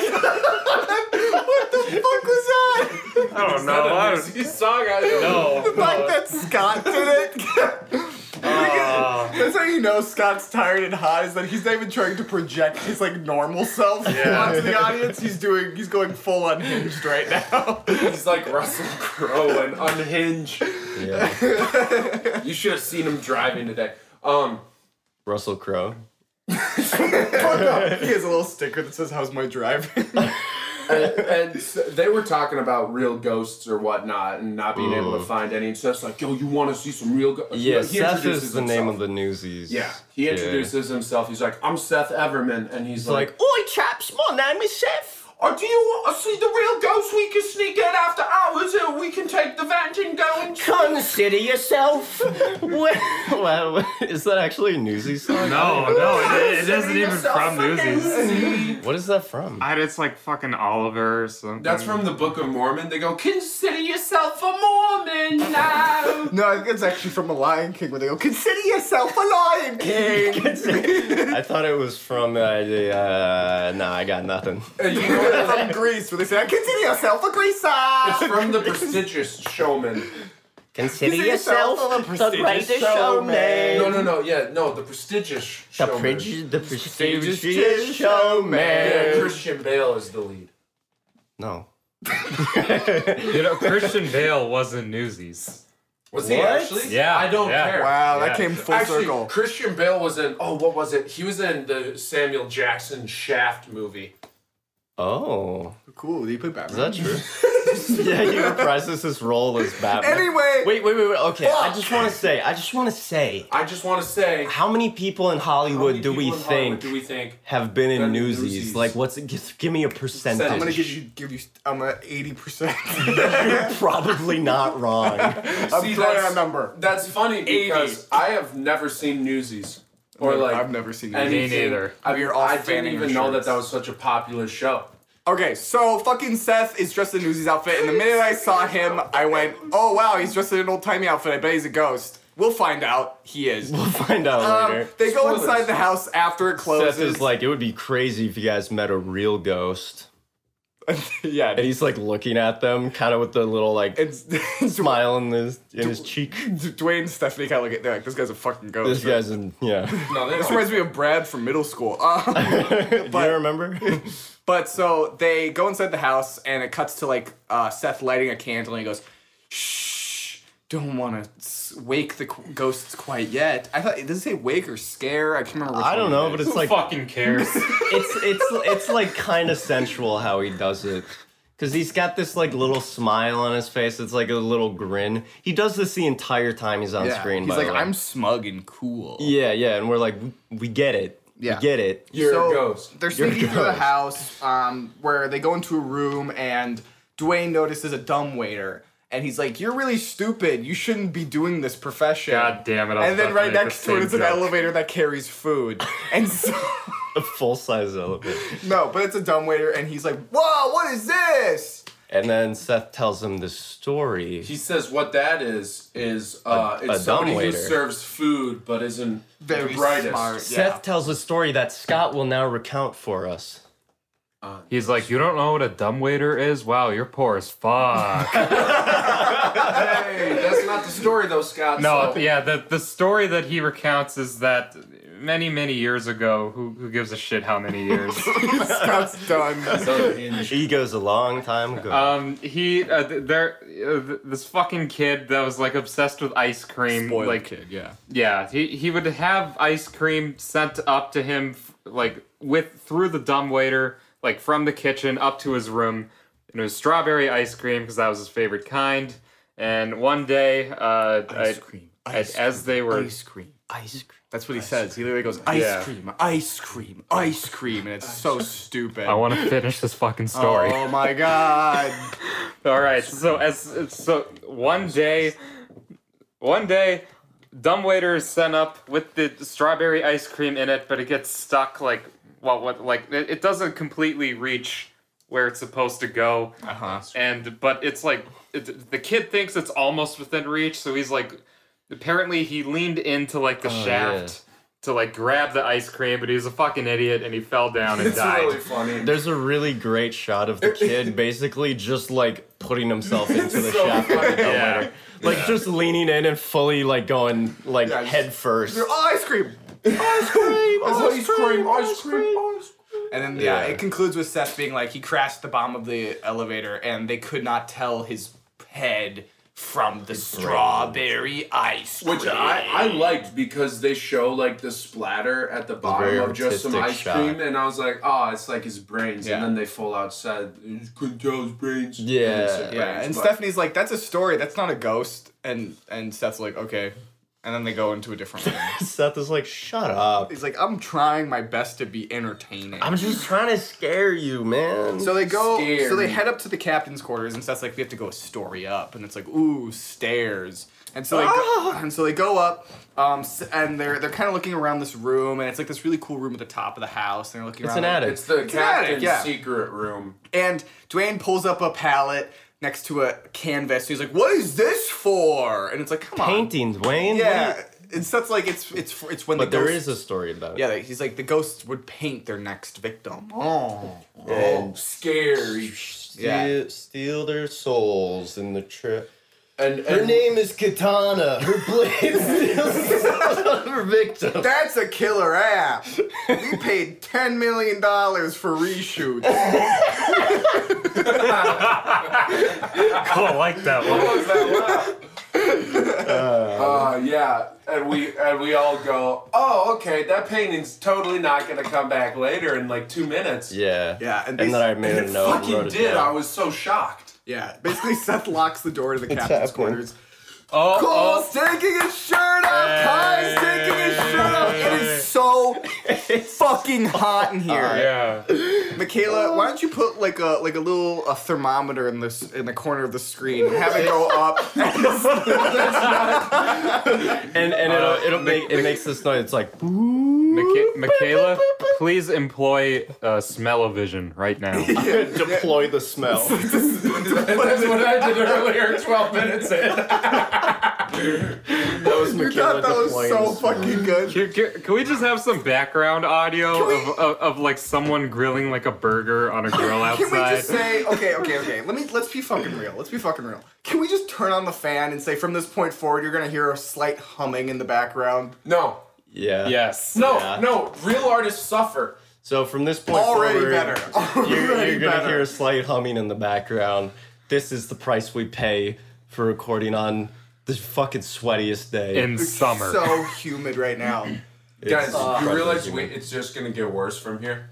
Speaker 2: What the fuck was that?
Speaker 3: I don't know.
Speaker 4: Not a
Speaker 3: I don't
Speaker 4: newsies song. I don't know.
Speaker 3: know.
Speaker 2: The fact that Scott did it.
Speaker 3: Uh,
Speaker 2: That's how you know Scott's tired and hot is that he's not even trying to project his like normal self
Speaker 3: Yeah.
Speaker 2: onto the audience. He's doing he's going full unhinged right now.
Speaker 4: He's like Russell Crowe and unhinged.
Speaker 1: Yeah.
Speaker 4: You should have seen him driving today. Um,
Speaker 1: Russell Crowe.
Speaker 2: He has a little sticker that says "How's my drive?"
Speaker 4: and, and s- they were talking about real ghosts or whatnot, and not being able to find any. And Seth's like, "Yo, you want to see some real ghosts?"
Speaker 1: Yeah, Seth is the name of the newsies.
Speaker 4: Yeah, he introduces himself. He's like, "I'm Seth Everman," and he's like,
Speaker 1: Oi, chaps, my name is Seth.
Speaker 4: Or do you want to see the real ghost? We can sneak in after hours, or we can take the vent and go and.
Speaker 1: Consider yourself. well, is that actually a Newsies song?
Speaker 3: no, no, it, it isn't even
Speaker 4: Yourself
Speaker 3: from Newsies.
Speaker 4: Newsies.
Speaker 1: What is that from?
Speaker 3: I, it's like fucking Oliver or something.
Speaker 4: That's from the Book of Mormon. They go, consider yourself a Mormon now.
Speaker 2: no, I think it's actually from The Lion King where they go, "Consider yourself a Lion King."
Speaker 1: I thought it was from. Uh, the, uh, nah, I got nothing.
Speaker 4: And Uh, you know what it
Speaker 2: from
Speaker 4: is?
Speaker 2: Greece where they say, "Consider yourself a
Speaker 4: It's
Speaker 2: Greaser."
Speaker 4: from the prestigious showman.
Speaker 1: Consider
Speaker 2: Consider yourself
Speaker 1: yourself
Speaker 2: a
Speaker 1: the
Speaker 2: prestigious
Speaker 1: greatest showman.
Speaker 2: showman.
Speaker 4: No, no, no. Yeah, no, the prestigious
Speaker 1: The,
Speaker 4: showman.
Speaker 1: pregi- the prestigious
Speaker 2: Prestigious
Speaker 1: showman.
Speaker 4: Yeah, Christian Bale is the lead.
Speaker 1: No.
Speaker 3: You know, Christian Bale was in Newsies.
Speaker 4: Was he
Speaker 2: What?
Speaker 4: actually?
Speaker 3: Yeah,
Speaker 4: I don't
Speaker 3: yeah.
Speaker 4: care.
Speaker 2: Wow, that
Speaker 3: Yeah.
Speaker 2: came full
Speaker 4: Actually,
Speaker 2: circle.
Speaker 4: Christian Bale was in. Oh, what was it? He was in the Samuel Jackson Shaft movie.
Speaker 1: Oh,
Speaker 2: Cool. You put Batman.
Speaker 1: is that true? yeah, he reprises his role as Batman.
Speaker 2: Anyway.
Speaker 1: wait, wait, wait, wait. Okay, I just want to say, I just want to say,
Speaker 4: I just want to say, how
Speaker 1: how many people in Hollywood
Speaker 4: many
Speaker 1: do we
Speaker 4: people in Hollywood
Speaker 1: think
Speaker 4: Do we think?
Speaker 1: have been in
Speaker 4: Been in
Speaker 1: newsies?
Speaker 4: Newsies?
Speaker 1: Like, what's it? Give, give me a percentage.
Speaker 2: I'm gonna
Speaker 4: Percentage.
Speaker 2: give you give you. I'm at eighty percent.
Speaker 1: You're probably not wrong.
Speaker 2: I'm
Speaker 4: See,
Speaker 2: throwing
Speaker 4: that's-
Speaker 2: out a number.
Speaker 4: That's funny because I have never seen Newsies or
Speaker 2: never-
Speaker 4: like
Speaker 2: I've never seen Newsies.
Speaker 4: anything.
Speaker 3: Me neither.
Speaker 4: I,
Speaker 2: We are all
Speaker 4: I didn't
Speaker 2: fanning our
Speaker 4: even know that
Speaker 2: shirts.
Speaker 4: that was such a popular show.
Speaker 2: Okay, so fucking Seth is dressed in Newsies outfit, and the minute I saw him, I went, "Oh wow, he's dressed in an old timey outfit. I bet he's a ghost." We'll find out. He is.
Speaker 1: We'll find out
Speaker 2: Um,
Speaker 1: later.
Speaker 2: they go
Speaker 4: Spoilers.
Speaker 2: inside the house after it closes.
Speaker 1: Seth is like, it would be crazy if you guys met a real ghost.
Speaker 2: yeah.
Speaker 1: And he's like looking at them, kind of with the little like
Speaker 2: it's, it's
Speaker 1: smile in his in his cheek.
Speaker 2: Dwayne and Stephanie kind of look at. They're like, "This guy's a fucking ghost."
Speaker 1: This guy's in yeah.
Speaker 4: No, they
Speaker 2: This
Speaker 4: don't.
Speaker 2: reminds me of Brad from middle school. Um,
Speaker 1: Do you remember?
Speaker 2: But so they go inside the house, and it cuts to like uh, Seth lighting a candle, and he goes, "Shh, don't want to wake the qu- ghosts quite yet." I thought does it say wake or scare? I can't remember. Which
Speaker 1: I don't know, but it's
Speaker 3: Who
Speaker 1: like
Speaker 3: fucking cares?
Speaker 1: it's it's it's like kind of sensual how he does it. Cause he's got this like little smile on his face. It's like a little grin. He does this the entire time he's on
Speaker 2: yeah.
Speaker 1: screen.
Speaker 2: He's
Speaker 1: by
Speaker 2: like,
Speaker 1: the way.
Speaker 2: "I'm smug and cool."
Speaker 1: Yeah, yeah, and we're like, we, we get it.
Speaker 2: Yeah.
Speaker 1: we get it.
Speaker 4: You're
Speaker 2: So
Speaker 4: a ghost.
Speaker 2: They're
Speaker 1: You're a
Speaker 2: sneaking through the
Speaker 1: ghost.
Speaker 2: house, um, where they go into a room, and Dwayne notices a dumb waiter. And he's like, "You're really stupid. You shouldn't be doing this profession."
Speaker 3: God damn it, I was
Speaker 2: And then
Speaker 3: about to
Speaker 2: right
Speaker 3: make the
Speaker 2: next to it
Speaker 3: same
Speaker 2: is an
Speaker 3: joke.
Speaker 2: elevator that carries food. And so
Speaker 1: a full size elephant.
Speaker 2: No, but it's a dumb waiter, and he's like, "Whoa, what is this?"
Speaker 1: And then Seth tells him the story.
Speaker 4: He says what that is is uh,
Speaker 1: A-
Speaker 4: it's
Speaker 1: a
Speaker 4: somebody who
Speaker 1: dumbwaiter.
Speaker 4: serves food but isn't
Speaker 2: Very
Speaker 4: the brightest.
Speaker 2: smart.
Speaker 1: Seth tells a story that Scott will now recount for us.
Speaker 3: He's like, you don't know what a dumbwaiter is? Wow, you're poor as fuck.
Speaker 4: Hey, that's not the story though, Scott.
Speaker 3: No,
Speaker 4: so-
Speaker 3: yeah, the the story that he recounts is that many many years ago, who who gives a shit how many years?
Speaker 2: Yeah. Scott's done.
Speaker 1: He goes a long time ago.
Speaker 3: um, he uh, th- there uh, th- this fucking kid that was like obsessed with ice cream, like
Speaker 2: yeah.
Speaker 3: yeah, he he would have ice cream sent up to him f- like with through the dumbwaiter, like from the kitchen up to his room, and it was strawberry ice cream because that was his favorite kind. And one day, uh, I-
Speaker 2: ice
Speaker 3: as they were
Speaker 2: cream.
Speaker 1: Ice cream.
Speaker 2: That's what he says. He literally goes, "Ice
Speaker 3: Yeah.
Speaker 2: cream, ice cream, ice cream," and it's so stupid.
Speaker 3: I want to finish this fucking story.
Speaker 2: Oh my god.
Speaker 3: All right. So as so one day, one day, dumbwaiter is sent up with the strawberry ice cream in it, but it gets stuck. Like well, what? Like it, it doesn't completely reach where it's supposed to go. Uh
Speaker 4: Ah.
Speaker 3: huh. And but it's like it, the kid thinks it's almost within reach, so he's like, apparently he leaned into like the
Speaker 4: Oh,
Speaker 3: shaft. To like grab the ice cream, but he was a fucking idiot and he fell down and
Speaker 4: it's
Speaker 3: died.
Speaker 4: really funny.
Speaker 1: There's a really great shot of the kid basically just like putting himself into the
Speaker 4: so
Speaker 1: shaft,
Speaker 4: funny.
Speaker 1: like,
Speaker 3: yeah.
Speaker 1: like just leaning in and fully like going like
Speaker 2: Yeah, just-
Speaker 1: head first.
Speaker 2: Oh, ice cream.
Speaker 4: ice cream,
Speaker 2: ice
Speaker 4: ice cream,
Speaker 2: cream,
Speaker 4: ice cream, ice cream.
Speaker 2: And then yeah,
Speaker 1: Yeah.
Speaker 2: it concludes with Seth being like, he crashed the bottom of the elevator, and they could not tell his head from the strawberry ice cream.
Speaker 4: Which I, I liked because they show like the splatter at the bottom
Speaker 1: very
Speaker 4: of just some
Speaker 1: artistic
Speaker 4: ice
Speaker 1: shot.
Speaker 4: cream, and I was like, oh, it's like his brains.
Speaker 2: Yeah.
Speaker 4: And then they full out said, "You couldn't tell his brains.
Speaker 1: Yeah,
Speaker 4: And it's his
Speaker 2: Yeah,
Speaker 4: brains,
Speaker 2: and
Speaker 4: but-
Speaker 2: Stephanie's like, "That's a story. That's not a ghost." And and Seth's like, "Okay," and then they go into a different room.
Speaker 1: Seth is like, shut up.
Speaker 2: He's like, "I'm trying my best to be entertaining."
Speaker 1: I'm just trying to scare you, man.
Speaker 2: so they go. So they
Speaker 4: scared.
Speaker 2: head up to the captain's quarters, and Seth's like, "We have to go a story up," and it's like, "Ooh, stairs." And so they
Speaker 1: Ah.
Speaker 2: go, and so they go up, um, s- and they're they're kind of looking around this room, and it's like this really cool room at the top of the house, and they're looking
Speaker 1: it's
Speaker 2: around.
Speaker 1: an attic.
Speaker 4: It's the
Speaker 2: an attic,
Speaker 4: captain's
Speaker 2: yeah.
Speaker 4: secret room.
Speaker 2: And Dwayne pulls up a pallet next to a canvas. He's like, "What is this for?" And it's like, "Come on,
Speaker 1: Paintings, Wayne. what do you-
Speaker 2: Yeah, it's that's like it's it's it's when
Speaker 1: But
Speaker 2: the
Speaker 1: there
Speaker 2: ghosts,
Speaker 1: is a story about it.
Speaker 2: yeah. Like, he's like the ghosts would paint their next victim.
Speaker 4: Oh, oh, scary.
Speaker 1: Steal,
Speaker 2: Yeah.
Speaker 1: steal their souls in the trip.
Speaker 4: And,
Speaker 1: Her
Speaker 4: and
Speaker 1: name is Katana. Her blade steals her victim.
Speaker 2: That's a killer app. we paid ten million dollars for reshoots.
Speaker 5: I don't like that one.
Speaker 4: was that wow? Uh, yeah, and we and we all go, oh, okay, that painting's totally not gonna come back later in like two minutes.
Speaker 1: Yeah.
Speaker 2: Yeah,
Speaker 1: And,
Speaker 2: and
Speaker 1: then I
Speaker 2: these-
Speaker 1: made a
Speaker 4: And it
Speaker 1: note. and
Speaker 4: fucking
Speaker 1: wrote it
Speaker 4: did.
Speaker 1: down.
Speaker 4: I was so shocked.
Speaker 2: Yeah, basically Seth locks the door to the captain's
Speaker 1: happening.
Speaker 2: quarters.
Speaker 3: Oh,
Speaker 2: Cole's taking his shirt off. Kai's taking his shirt off. It is so fucking hot in here.
Speaker 3: yeah.
Speaker 2: Michaela, why don't you put like a like a little a thermometer in this in the corner of the screen and have it go up?
Speaker 1: and and it'll,
Speaker 2: Uh,
Speaker 1: it'll make it makes this noise. It's like
Speaker 3: Micha- Michaela, please employ uh, smell-o-vision right now.
Speaker 1: deploy the smell.
Speaker 4: That's what I did earlier, twelve minutes in.
Speaker 1: That was
Speaker 2: you
Speaker 1: Michaela
Speaker 2: thought that was
Speaker 1: deploying the
Speaker 2: so
Speaker 1: smell.
Speaker 2: fucking good.
Speaker 3: Can, can- can we just have some background audio of, of, of like someone grilling like a burger on a grill outside?
Speaker 2: Can we just say okay, okay, okay? Let me let's be fucking real. Let's be fucking real. Can we just turn on the fan and say from this point forward you're gonna hear a slight humming in the background?
Speaker 4: No,
Speaker 1: Yeah.
Speaker 3: yes.
Speaker 4: no,
Speaker 1: Yeah.
Speaker 4: no. Real artists suffer.
Speaker 1: So from this point
Speaker 2: Already
Speaker 1: forward,
Speaker 2: better. Already
Speaker 1: you're, you're gonna
Speaker 2: better.
Speaker 1: hear a slight humming in the background. This is the price we pay for recording on the fucking sweatiest day.
Speaker 3: In summer.
Speaker 2: so humid right now.
Speaker 4: Guys, you
Speaker 1: fucking
Speaker 4: realize we,
Speaker 1: humid.
Speaker 4: it's just gonna get worse from here.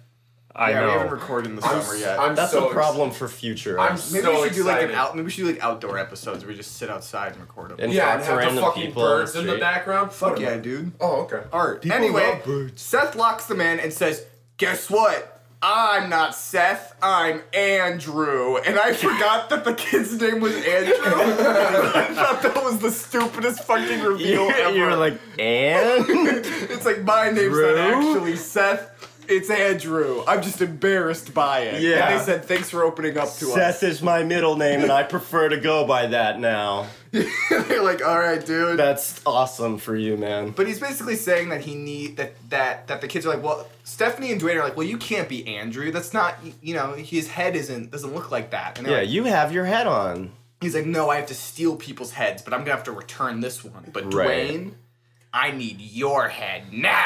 Speaker 3: I
Speaker 2: Yeah, we haven't
Speaker 3: know.
Speaker 2: recorded in the
Speaker 4: I'm,
Speaker 2: summer yet.
Speaker 4: am
Speaker 1: That's
Speaker 4: so
Speaker 1: a problem for future.
Speaker 4: I'm
Speaker 1: us.
Speaker 2: Maybe
Speaker 4: so
Speaker 2: we should do like an
Speaker 4: excited.
Speaker 2: out. Maybe we should do like outdoor episodes where we just sit outside and record them.
Speaker 1: And
Speaker 4: yeah,
Speaker 1: talk
Speaker 4: and
Speaker 1: to
Speaker 4: have the
Speaker 1: random
Speaker 4: fucking
Speaker 1: people on the
Speaker 4: birds in the
Speaker 1: street.
Speaker 4: background.
Speaker 2: Fuck yeah, dude.
Speaker 4: Oh, okay.
Speaker 2: Art.
Speaker 1: People
Speaker 2: anyway,
Speaker 1: love birds.
Speaker 2: Seth locks the man and says, "Guess what? I'm not Seth. I'm Andrew." And I forgot that the kid's name was Andrew. I thought that was the stupidest fucking reveal
Speaker 1: You,
Speaker 2: ever.
Speaker 1: you were like, and
Speaker 2: it's like my name's not
Speaker 1: Drew?
Speaker 2: actually Seth. It's Andrew. I'm just embarrassed by it.
Speaker 1: Yeah.
Speaker 2: And they said, "Thanks for opening up to
Speaker 1: Seth is my middle name, and I prefer to go by that now.
Speaker 2: us." They're like, "All right, dude."
Speaker 1: That's awesome for you, man.
Speaker 2: But he's basically saying that he need that that that the kids are like, well, Stephanie and Dwayne are like, well, you can't be Andrew. That's not you know his head isn't doesn't look like that. And they're
Speaker 1: Yeah,
Speaker 2: like,
Speaker 1: you have your head on.
Speaker 2: he's like, no, I have to steal people's heads, but I'm gonna have to return this one. But
Speaker 1: Right.
Speaker 2: Dwayne, I need your head now.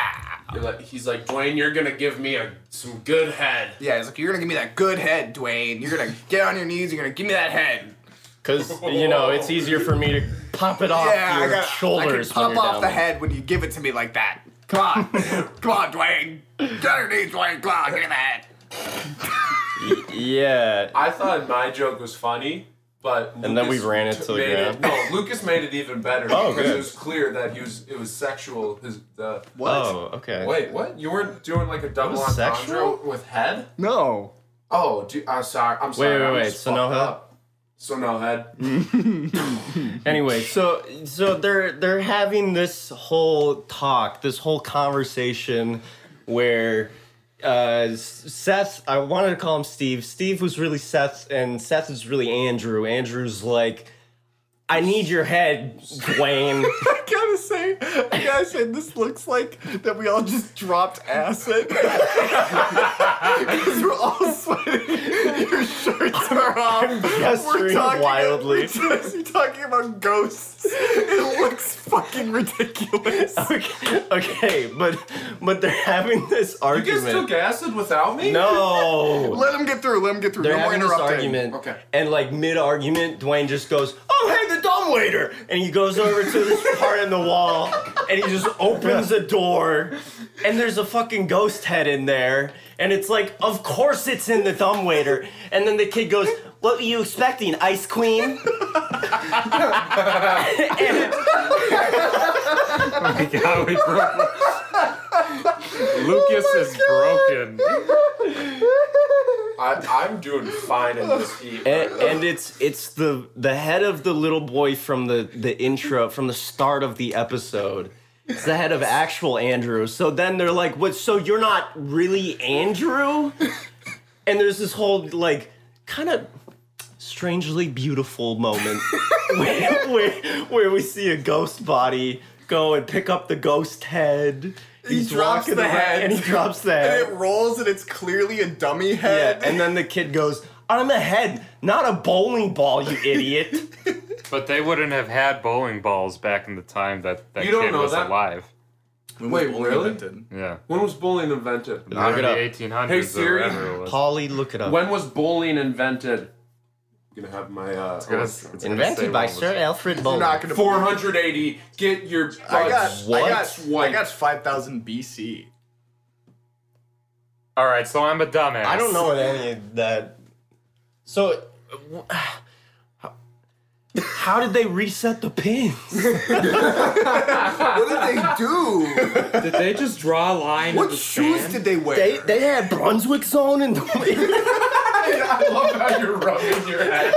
Speaker 4: You're like, he's like, Dwayne, you're gonna give me a, some good head.
Speaker 2: Yeah, he's like, you're gonna give me that good head, Dwayne. You're gonna get on your knees. You're gonna give me that head.
Speaker 1: Because, you know, it's easier for me to pop it off
Speaker 2: Yeah,
Speaker 1: your
Speaker 2: I got
Speaker 1: shoulders.
Speaker 2: I can
Speaker 1: when
Speaker 2: pop
Speaker 1: you're
Speaker 2: off
Speaker 1: down
Speaker 2: the
Speaker 1: low.
Speaker 2: head when you give it to me like that. Come on, come on, Dwayne. Get on your knees, Dwayne. Come on, give me that.
Speaker 1: Yeah.
Speaker 4: I thought my joke was funny, but
Speaker 1: And then we ran it
Speaker 4: t-
Speaker 1: to the
Speaker 4: made
Speaker 1: ground.
Speaker 4: It, no, Lucas made it even better
Speaker 1: Oh,
Speaker 4: because
Speaker 1: good.
Speaker 4: it was clear that he was it was sexual. His the
Speaker 1: Oh, okay.
Speaker 4: wait, what? You weren't doing like a double
Speaker 1: was
Speaker 4: entendre
Speaker 1: sexual?
Speaker 4: with head?
Speaker 2: No.
Speaker 4: Oh, do, I'm sorry. I'm sorry.
Speaker 1: wait,
Speaker 4: I'm
Speaker 1: wait,
Speaker 4: just
Speaker 1: so no
Speaker 4: fucked
Speaker 1: head?
Speaker 4: up. So no head.
Speaker 1: Anyway, so so they're they're having this whole talk, this whole conversation where uh, Seth, I wanted to call him Steve. Steve was really Seth, and Seth is really Andrew. Andrew's like, I need your head, Dwayne.
Speaker 2: I gotta say, I gotta say, this looks like that we all just dropped acid. Because we're all sweating. Your shirts are off.
Speaker 1: gesturing wildly.
Speaker 2: We're just- you're talking about ghosts. It looks fucking ridiculous.
Speaker 1: okay, okay, but but they're having this
Speaker 4: You guys took
Speaker 1: argument.
Speaker 4: acid without me?
Speaker 1: No.
Speaker 2: Let him get through. Let him get through.
Speaker 1: They're
Speaker 2: no more
Speaker 1: having this
Speaker 2: interrupting.
Speaker 1: argument,
Speaker 4: Okay.
Speaker 1: and like mid argument, Dwayne just goes, "Oh, hey, the dumbwaiter!" and he goes over to this part in the wall, and he just opens a door, and there's a fucking ghost head in there, and it's like, of course it's in the dumbwaiter, and then the kid goes, "What were you expecting, Ice Queen?" And-
Speaker 3: God, we broke. Lucas
Speaker 2: Oh
Speaker 3: is broken.
Speaker 4: I, I'm doing fine in this heat.
Speaker 1: and, and it's it's the the head of the little boy from the the intro from the start of the episode. It's the head of actual Andrew. So then they're like, "What? So you're not really Andrew?" And there's this whole like kind of strangely beautiful moment where, where where we see a ghost body go and pick up the ghost head. He's
Speaker 2: drops
Speaker 1: walking
Speaker 2: the
Speaker 1: around
Speaker 2: head.
Speaker 1: and he drops the head.
Speaker 2: And it rolls, and it's clearly a dummy
Speaker 1: Yeah,
Speaker 2: head.
Speaker 1: and then the kid goes, I'm a head, not a bowling ball, you idiot.
Speaker 3: But they wouldn't have had bowling balls back in the time that that
Speaker 4: You don't
Speaker 3: kid
Speaker 4: know
Speaker 3: was
Speaker 4: that.
Speaker 3: alive.
Speaker 4: Wait, really?
Speaker 3: Yeah.
Speaker 4: When was bowling invented?
Speaker 1: Look it
Speaker 3: Around
Speaker 1: up.
Speaker 3: the 1800s
Speaker 4: Hey,
Speaker 3: or
Speaker 4: Siri.
Speaker 3: whatever it was.
Speaker 1: Polly, look it up.
Speaker 4: When was bowling invented? gonna have my uh,
Speaker 3: gonna s- it's gonna say
Speaker 1: Invented by
Speaker 3: what was-
Speaker 1: Sir Alfred Bowler.
Speaker 2: You're not gonna.
Speaker 4: 480. Get your butts
Speaker 2: I got. I got.
Speaker 4: white.
Speaker 2: I got five thousand BC.
Speaker 3: All right, so I'm a dumbass.
Speaker 1: I don't know what any of that. So, uh, wh- how did they reset the pins?
Speaker 2: What did they do?
Speaker 5: Did they just draw a line? in
Speaker 2: what
Speaker 5: the
Speaker 2: shoes
Speaker 5: sand?
Speaker 2: did they wear?
Speaker 1: They they had Brunswick's on and
Speaker 4: I love how you're rubbing your head.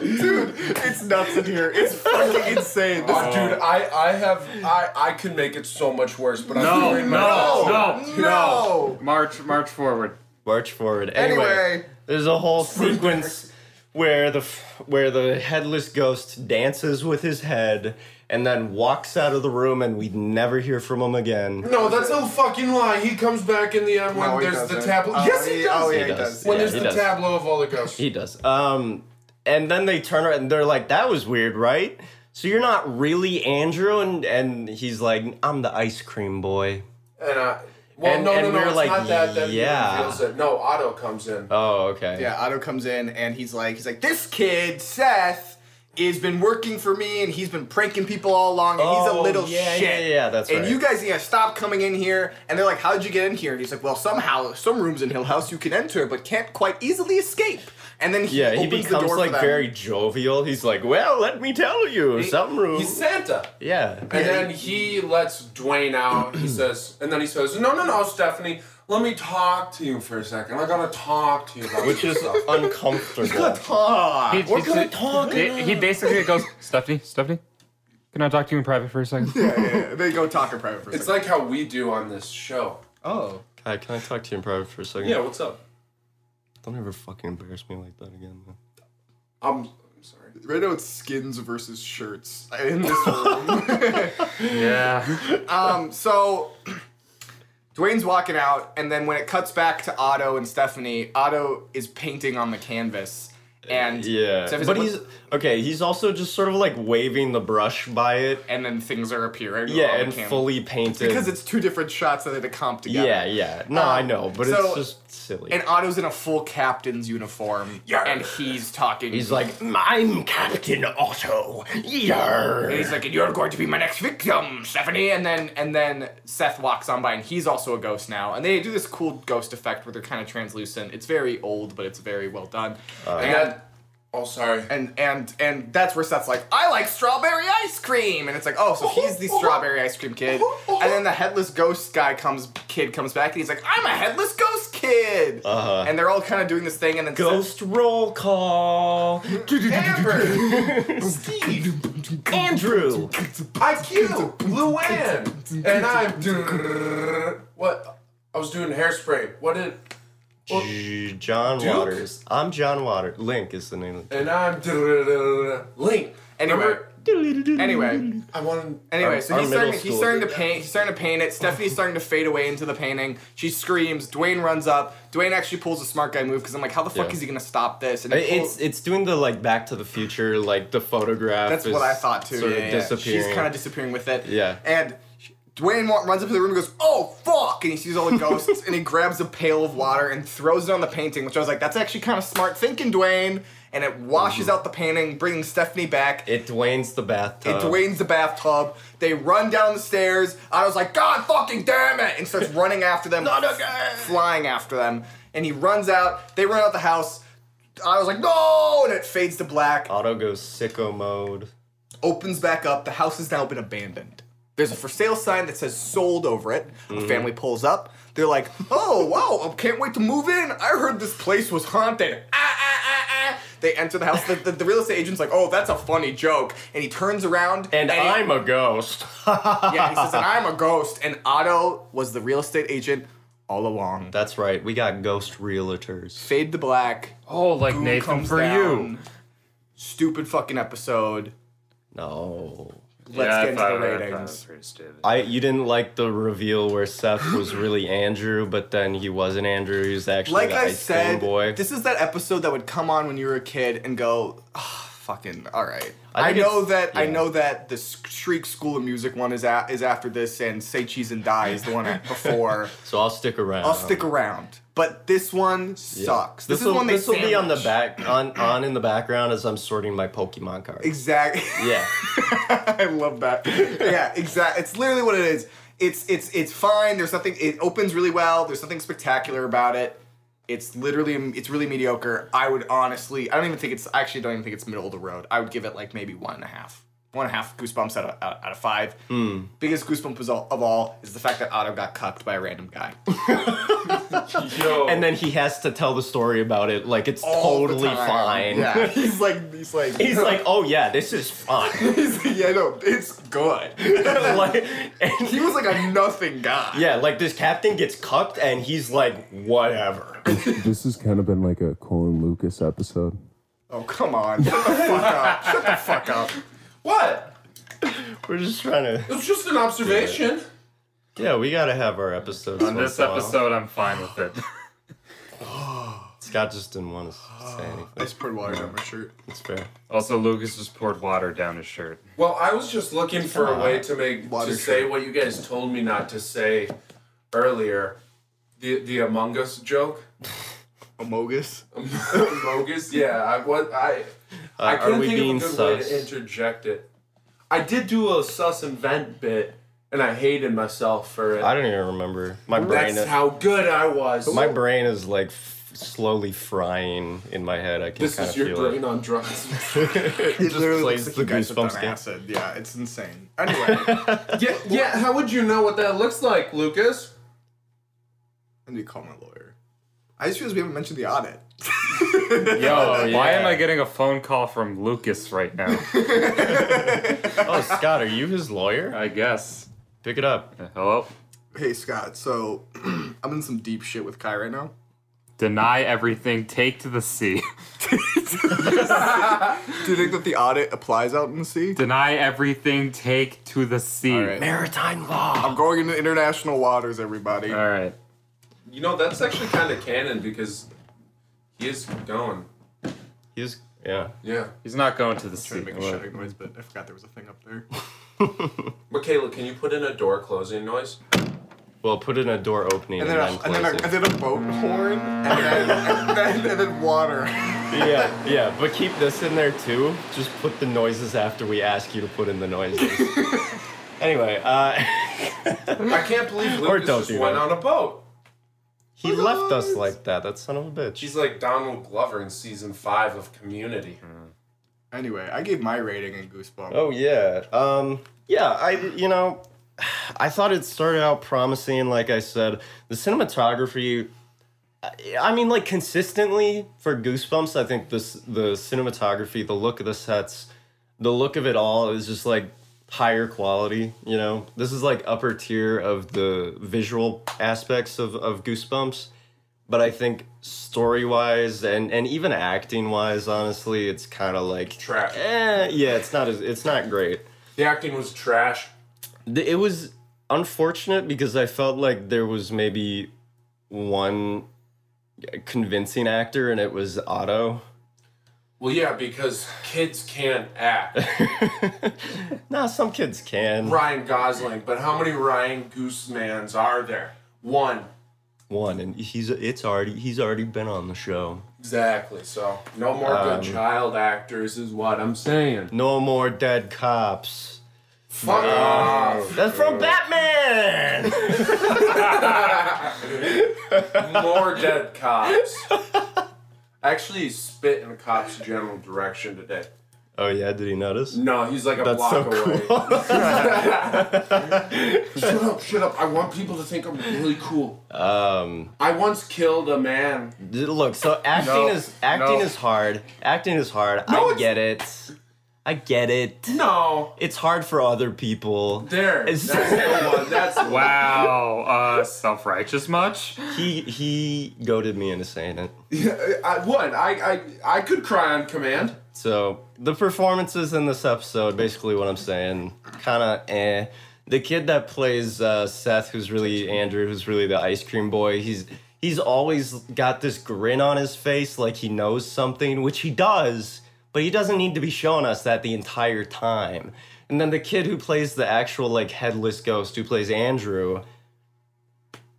Speaker 2: Dude, it's nuts in here. It's fucking insane. This
Speaker 4: Oh, dude, I, I have I, I can make it so much worse, but I'm
Speaker 3: No,
Speaker 4: worried
Speaker 3: no,
Speaker 4: about-
Speaker 3: no,
Speaker 2: No.
Speaker 3: no, March, march forward.
Speaker 1: march forward. Anyway,
Speaker 2: Anyway,
Speaker 1: there's a whole sequence where the f- where the headless ghost dances with his head and then walks out of the room, and we never hear from him again.
Speaker 4: No, that's a fucking lie. He comes back in the end when
Speaker 2: No, he
Speaker 4: um, there's the
Speaker 2: doesn't.
Speaker 4: tableau.
Speaker 2: Oh,
Speaker 4: yes, he
Speaker 2: he-
Speaker 4: does.
Speaker 2: oh, yeah,
Speaker 1: He
Speaker 2: he
Speaker 1: does.
Speaker 2: does.
Speaker 4: When
Speaker 1: Yeah,
Speaker 4: there's
Speaker 1: he
Speaker 4: the
Speaker 1: does.
Speaker 4: tableau of all the ghosts.
Speaker 1: He does. Um, and then they turn around and they're like, "That was weird, right?" So you're not really Andrew, and and he's like, "I'm the ice cream boy."
Speaker 4: And
Speaker 2: uh,
Speaker 4: I, well,
Speaker 1: And-
Speaker 4: no,
Speaker 1: and
Speaker 4: no, no,
Speaker 1: we're
Speaker 4: it's
Speaker 1: like,
Speaker 4: not that. That
Speaker 1: yeah.
Speaker 4: yeah. reveals it. No, Otto comes in.
Speaker 1: Oh, okay.
Speaker 2: yeah, Otto comes in and he's like, he's like, this kid Seth has been working for me and he's been pranking people all along and he's
Speaker 1: Oh,
Speaker 2: a little
Speaker 1: yeah,
Speaker 2: shit.
Speaker 1: yeah, yeah, that's
Speaker 2: And
Speaker 1: right.
Speaker 2: you guys need to stop coming in here. And they're like, how'd you get in here? And he's like, well, somehow, some rooms in Hill House you can enter but can't quite easily escape. And then he
Speaker 1: Yeah, he
Speaker 2: opens the
Speaker 1: becomes
Speaker 2: door
Speaker 1: like
Speaker 2: for them.
Speaker 1: very jovial. He's like, "Well, let me tell you, some room."
Speaker 4: He's Santa.
Speaker 1: yeah,
Speaker 4: And then he lets Dwayne out. He says, and then he says, "No, no, no, Stephanie, let me talk to you for a second. I gotta talk to you about
Speaker 1: which
Speaker 4: this
Speaker 1: is
Speaker 4: stuff."
Speaker 1: uncomfortable.
Speaker 2: Ah.
Speaker 3: He,
Speaker 1: We're
Speaker 3: he-
Speaker 1: gonna talk.
Speaker 3: he- he basically goes, Stephanie, Stephanie, can I talk to you in private for a second?
Speaker 2: Yeah, they go talk in private for a
Speaker 4: It's
Speaker 2: second.
Speaker 4: like how we do on this show.
Speaker 2: oh.
Speaker 1: Hi, can I talk to you in private for a second?
Speaker 4: Yeah, what's up?
Speaker 1: Don't ever fucking embarrass me like that again. Man.
Speaker 4: I'm, I'm sorry.
Speaker 2: Right now it's skins versus shirts in this room.
Speaker 3: Yeah.
Speaker 2: Um, so Dwayne's walking out, and then when it cuts back to Otto and Stephanie, Otto is painting on the canvas, and
Speaker 1: Yeah,
Speaker 2: Stephanie's
Speaker 1: but
Speaker 2: like,
Speaker 1: he's
Speaker 2: "What-"
Speaker 1: okay. He's also just sort of like waving the brush by it.
Speaker 2: and then things are appearing.
Speaker 1: Yeah,
Speaker 2: on
Speaker 1: and
Speaker 2: Oh, the canvas.
Speaker 1: fully painted.
Speaker 2: because it's two different shots that they had to comp
Speaker 1: yeah,
Speaker 2: together. Um,
Speaker 1: yeah. No, I know, but
Speaker 2: so-
Speaker 1: it's just silly.
Speaker 2: And Otto's in a full captain's uniform,
Speaker 1: Yeah.
Speaker 2: and he's talking.
Speaker 1: he's like, "I'm Captain Otto."
Speaker 2: And
Speaker 1: Yeah.
Speaker 2: he's like, and you're going to be my next victim, Stephanie. And then and then Seth walks on by, and he's also a ghost now. And they do this cool ghost effect where they're kind of translucent. It's very old, but it's very well done. and
Speaker 4: That, oh, sorry.
Speaker 2: and and and that's where Seth's like, I like strawberry ice cream, and it's like, oh, so he's the strawberry ice cream kid. And then the headless ghost guy comes, kid comes back, and he's like, I'm a headless ghost kid.
Speaker 1: Uh-huh.
Speaker 2: And they're all kind of doing this thing, and then
Speaker 1: Ghost roll call.
Speaker 2: Seth, Amber,
Speaker 4: Steve,
Speaker 1: Andrew.
Speaker 4: IQ, Luann, and I'm. What? I was doing hairspray. What did?
Speaker 1: J- John
Speaker 4: Duke?
Speaker 1: Waters. I'm John Waters. Link is the name of
Speaker 4: And I'm. Link.
Speaker 2: anyway,
Speaker 4: Remember?
Speaker 2: anyway,
Speaker 4: I wanted.
Speaker 2: Anyway, so
Speaker 1: our
Speaker 2: he's
Speaker 1: middle
Speaker 2: starting, he's
Speaker 1: school
Speaker 2: starting to
Speaker 1: did
Speaker 2: paint. He's starting to paint it. Stephanie's starting to fade away into the painting. She screams. Dwayne runs up. Dwayne actually pulls a smart guy move because I'm like, how the fuck
Speaker 1: Yeah.
Speaker 2: is he gonna stop this? And
Speaker 1: I-
Speaker 2: he pulls-
Speaker 1: It's it's doing the like Back to the Future like the photograph.
Speaker 2: that's
Speaker 1: is
Speaker 2: what I thought too.
Speaker 1: Sort
Speaker 2: yeah,
Speaker 1: of
Speaker 2: yeah.
Speaker 1: disappearing.
Speaker 2: She's kind of disappearing with it.
Speaker 1: Yeah.
Speaker 2: And Dwayne wa- runs up to the room and goes, "Oh fuck!" And he sees all the ghosts and he grabs a pail of water and throws it on the painting, which I was like, that's actually kind of smart thinking, Dwayne. And it washes
Speaker 1: Mm-hmm.
Speaker 2: out the painting, bringing Stephanie back.
Speaker 1: it Dwayne's the bathtub.
Speaker 2: It Dwayne's the bathtub. They run down the stairs. I was like, God fucking damn it! And starts running after them,
Speaker 1: Not again!
Speaker 2: flying after them. And he runs out. They run out the house. I was like, no! And it fades to black.
Speaker 1: Auto goes sicko mode.
Speaker 2: Opens back up. The house has now been abandoned. There's a for sale sign that says sold over it. A
Speaker 1: Mm-hmm.
Speaker 2: family pulls up. They're like, oh, wow, I can't wait to move in. I heard this place was haunted. Ah, ah, ah, ah. They enter the house. The, the, the real estate agent's like, oh, that's a funny joke. And he turns around.
Speaker 1: And
Speaker 2: he-
Speaker 1: I'm a ghost.
Speaker 2: yeah, he says, and I'm a ghost. And Otto was the real estate agent all along.
Speaker 1: That's right. We got ghost realtors.
Speaker 2: Fade to black.
Speaker 3: Oh, like
Speaker 2: Who
Speaker 3: Nathan
Speaker 2: comes
Speaker 3: for
Speaker 2: down?
Speaker 3: you.
Speaker 2: Stupid fucking episode.
Speaker 1: No.
Speaker 2: Let's
Speaker 3: Yeah, I
Speaker 2: get into
Speaker 3: thought-
Speaker 2: the
Speaker 3: I thought it was
Speaker 2: ratings.
Speaker 3: pretty stupid.
Speaker 1: Oh. I you didn't like the reveal where Seth was really Andrew, but then he wasn't Andrew. He was actually
Speaker 2: Like
Speaker 1: the
Speaker 2: I
Speaker 1: ice cream
Speaker 2: said,
Speaker 1: boy.
Speaker 2: this is that episode that would come on when you were a kid and go, "Ah, fucking all right.
Speaker 1: I
Speaker 2: I,
Speaker 1: think
Speaker 2: know
Speaker 1: it's-
Speaker 2: that I
Speaker 1: yeah.
Speaker 2: know that the S- Shriek School of Music one is a, is after this, and Say Cheese and Die is the one at, before.
Speaker 1: So I'll stick around.
Speaker 2: I'll stick around, but this one sucks.
Speaker 1: Um, This
Speaker 2: This, is
Speaker 1: will
Speaker 2: one they
Speaker 1: this will be on the
Speaker 2: sandwich.
Speaker 1: back on on in the background as I'm sorting my Pokemon cards.
Speaker 2: Exactly.
Speaker 1: Yeah.
Speaker 2: I love that. Yeah, exactly. It's literally what it is. It's it's it's fine. There's nothing. It opens really well. There's nothing spectacular about it. It's literally it's really mediocre. I would honestly, I don't even think it's. I actually don't even think it's middle of the road. I would give it like maybe one and a half. One and a half goosebumps out of, out, out of five.
Speaker 1: Hmm.
Speaker 2: Biggest goosebump result of all is the fact that Otto got cucked by a random guy.
Speaker 3: Yo,
Speaker 1: And then he has to tell the story about it like it's
Speaker 2: All the
Speaker 1: totally
Speaker 2: time.
Speaker 1: fine.
Speaker 2: Yeah, he's like he's like
Speaker 1: He's like, oh yeah, this is fine.
Speaker 2: he's like, yeah no, it's good.
Speaker 1: like, and-
Speaker 2: he was like a nothing guy.
Speaker 1: yeah, like this captain gets cucked and he's like, whatever.
Speaker 6: This has kind of been like a Colin Lucas episode.
Speaker 2: Oh come on! Shut the fuck up! Shut the fuck up!
Speaker 4: What?
Speaker 1: We're just trying to.
Speaker 4: It's just an observation.
Speaker 1: Yeah, we gotta have our episodes.
Speaker 3: on
Speaker 1: once
Speaker 3: this
Speaker 1: in a while.
Speaker 3: episode, I'm fine with it.
Speaker 1: Scott just didn't want to say
Speaker 2: I
Speaker 1: anything.
Speaker 2: just poured water down my shirt.
Speaker 1: It's fair.
Speaker 3: Also, Lucas just poured water down his shirt.
Speaker 4: Well, I was just looking for a way to make
Speaker 2: Water
Speaker 4: to
Speaker 2: shirt.
Speaker 4: say what you guys told me not to say earlier. The the Among Us joke.
Speaker 2: Amogus.
Speaker 4: Bogus. Yeah. I what I I
Speaker 1: are
Speaker 4: couldn't
Speaker 1: we
Speaker 4: think
Speaker 1: being
Speaker 4: of a good way to
Speaker 1: sus?
Speaker 4: interject it. I did do a sus and vent bit, and I hated myself for it.
Speaker 1: I don't even remember. My brain.
Speaker 4: That's how good I was.
Speaker 1: my brain is like f- slowly frying in my head. I can
Speaker 4: this
Speaker 1: kind of
Speaker 4: is
Speaker 1: feel
Speaker 4: your brain
Speaker 1: it.
Speaker 4: on drugs.
Speaker 2: It literally
Speaker 1: plays the Goosebumps game.
Speaker 2: acid. Yeah, it's insane. Anyway,
Speaker 4: yeah. Yeah. How would you know what that looks like, Lucas?
Speaker 2: I need to call my lawyer. I just realized we haven't mentioned the audit.
Speaker 3: Yo, why am I getting a phone call from Lucas right now?
Speaker 1: Oh, Scott, are you his lawyer?
Speaker 3: I guess.
Speaker 1: Pick it up.
Speaker 3: Hello?
Speaker 2: Hey Scott, so I'm in some deep shit with Kai right now.
Speaker 3: Deny everything, take to the sea.
Speaker 2: Do you think that the audit applies out in the sea?
Speaker 3: Deny everything, take to the sea. All
Speaker 2: right.
Speaker 1: Maritime law.
Speaker 2: I'm going into international waters, everybody.
Speaker 3: All right.
Speaker 4: You know that's actually kind of canon because he is going.
Speaker 1: He's yeah.
Speaker 4: Yeah.
Speaker 3: He's not going to the sea.
Speaker 2: Trying to make a shouting noise, but I forgot there was a thing up there.
Speaker 4: Michaela, can you put in a door closing noise?
Speaker 1: Well, put in a door opening and
Speaker 2: And then,
Speaker 1: then,
Speaker 2: a, and, then a,
Speaker 1: close
Speaker 2: and
Speaker 1: it.
Speaker 2: then a boat horn, and then, and then, and then water.
Speaker 1: yeah, yeah. But keep this in there too. Just put the noises after we ask you to put in the noises. anyway, uh,
Speaker 4: I can't believe
Speaker 1: Or
Speaker 4: Lucas
Speaker 1: don't
Speaker 4: just
Speaker 1: do
Speaker 4: went
Speaker 1: that.
Speaker 4: on a boat.
Speaker 1: he left us like that. That son of a bitch.
Speaker 4: She's like Donald Glover in season five of Community.
Speaker 2: Anyway, I gave my rating in Goosebumps.
Speaker 1: Oh yeah. Um yeah, I you know, I thought it started out promising like I said. The cinematography I- I mean like consistently for Goosebumps, I think this the cinematography, the look of the sets, the look of it all is just like higher quality, you know. This is like upper tier of the visual aspects of of Goosebumps but I think story wise and and even acting wise, honestly, it's kind of like
Speaker 4: Trash.
Speaker 1: Eh, yeah, it's not as it's not great.
Speaker 4: The acting was trash.
Speaker 1: Th- It was unfortunate because I felt like there was maybe one convincing actor, and it was Otto.
Speaker 4: Well, yeah, because kids can't act.
Speaker 1: Nah, some kids can.
Speaker 4: Ryan Gosling, but how many Ryan Goosemans are there? One.
Speaker 1: One, and he's it's already he's already been on the show.
Speaker 4: Exactly. So no more good child actors is what I'm saying.
Speaker 1: Um, No more dead cops.
Speaker 4: Fuck off.
Speaker 1: That's from Batman.
Speaker 4: More dead cops. Actually, he spit in a cop's general direction today.
Speaker 1: oh yeah, did he notice?
Speaker 4: No, he's like a
Speaker 1: That's
Speaker 4: block
Speaker 1: so
Speaker 4: away.
Speaker 1: cool.
Speaker 4: shut up, shut up. I want people to think I'm really cool.
Speaker 1: Um.
Speaker 4: I once killed a man.
Speaker 1: D- Look, so acting
Speaker 3: No.
Speaker 1: is acting
Speaker 3: No.
Speaker 1: is hard. Acting is hard. I
Speaker 4: it's-
Speaker 1: get it. I get it.
Speaker 4: No.
Speaker 1: It's hard for other people.
Speaker 4: There.
Speaker 1: It's-
Speaker 4: that's the one. That's the one.
Speaker 3: Wow, uh, self righteous much?
Speaker 1: He he goaded me into saying it.
Speaker 4: I would. I, I I could cry on command.
Speaker 1: So the performances in this episode, basically what I'm saying, kind of eh. The kid that plays uh, Seth, who's really Andrew, who's really the ice cream boy, he's he's always got this grin on his face, like he knows something, which he does, but he doesn't need to be showing us that the entire time. And then the kid who plays the actual like headless ghost who plays Andrew,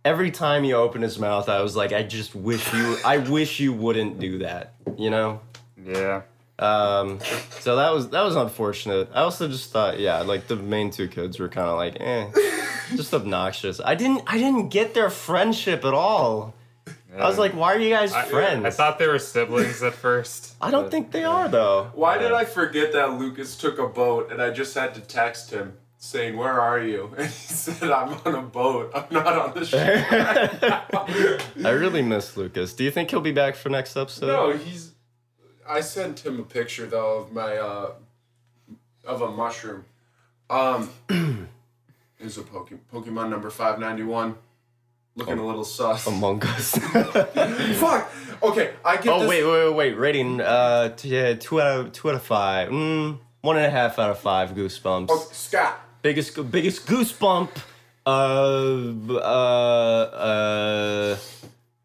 Speaker 1: every time he opened his mouth, I was like, I just wish you I wish you wouldn't do that, you know?
Speaker 3: Yeah.
Speaker 1: Um, so that was that was unfortunate. I also just thought, yeah, like the main two kids were kind of like, eh, just obnoxious. I didn't I didn't get their friendship at all. I was like, why are you guys friends?
Speaker 3: I thought they were siblings at first.
Speaker 1: I don't think they are though.
Speaker 4: Why did I forget that Lucas took a boat and I just had to text him saying, Where are you? And he said, I'm on a boat. I'm not on the ship.
Speaker 1: I really miss Lucas. Do you think he'll be back for next episode?
Speaker 4: No, he's. I sent him a picture though of my uh, of a mushroom. Um, is a Poke- Pokemon number five ninety one, looking a little sus.
Speaker 1: Among Us.
Speaker 4: Fuck. Okay, I get.
Speaker 1: oh
Speaker 4: this-
Speaker 1: wait, wait, wait, wait. Rating uh t- yeah, two out of two out of five. Mm, one and a half out of five goosebumps.
Speaker 4: Oh, Scott.
Speaker 1: Biggest biggest goosebump. Uh, b- uh, uh,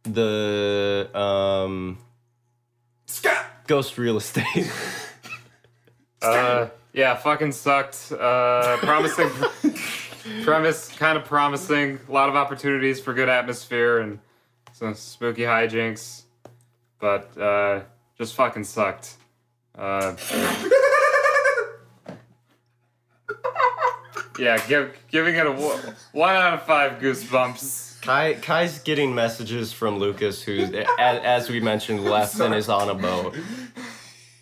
Speaker 1: the um
Speaker 4: Scott.
Speaker 1: ghost real estate.
Speaker 3: Uh, yeah, fucking sucked. Uh, promising premise, kind of promising. A lot of opportunities for good atmosphere and some spooky hijinks, but uh, just fucking sucked. Uh, yeah, give, giving it a wo- one out of five goosebumps.
Speaker 1: Kai Kai's getting messages from Lucas, who's a- as we mentioned left and is on a boat.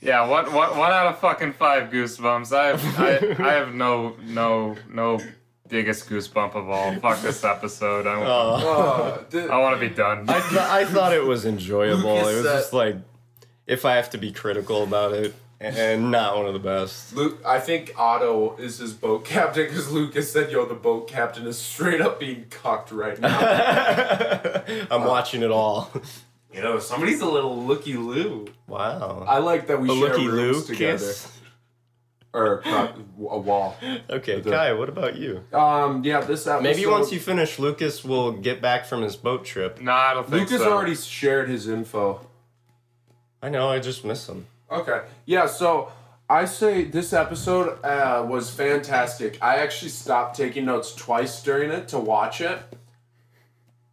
Speaker 3: Yeah, one, one, one out of fucking five goosebumps. I have, I, I have no no no biggest goosebump of all. Fuck this episode. I,
Speaker 4: Uh, the-
Speaker 3: I want to be done.
Speaker 1: Oh, I, th- I thought it was enjoyable.
Speaker 2: Lucas,
Speaker 1: it was
Speaker 2: uh,
Speaker 1: just like, if I have to be critical about it, and not one of the best.
Speaker 4: Luke, I think Otto is his boat captain because Lucas said, "Yo, the boat captain is straight up being cucked right now."
Speaker 1: I'm watching it all.
Speaker 5: You know, somebody's a little looky loo.
Speaker 1: Wow.
Speaker 4: I like that we
Speaker 1: A
Speaker 4: share
Speaker 1: looky
Speaker 4: rooms
Speaker 1: Lou
Speaker 4: together
Speaker 1: kiss.
Speaker 4: or uh, a wall.
Speaker 1: Okay, Kai, what about you?
Speaker 4: Um, yeah, this episode.
Speaker 1: Maybe once you finish, Lucas will get back from his boat trip.
Speaker 3: No, I don't think
Speaker 4: Lucas
Speaker 3: so.
Speaker 4: already shared his info.
Speaker 1: I know, I just miss him.
Speaker 4: Okay. Yeah, so I say this episode uh, was fantastic. I actually stopped taking notes twice during it to watch it.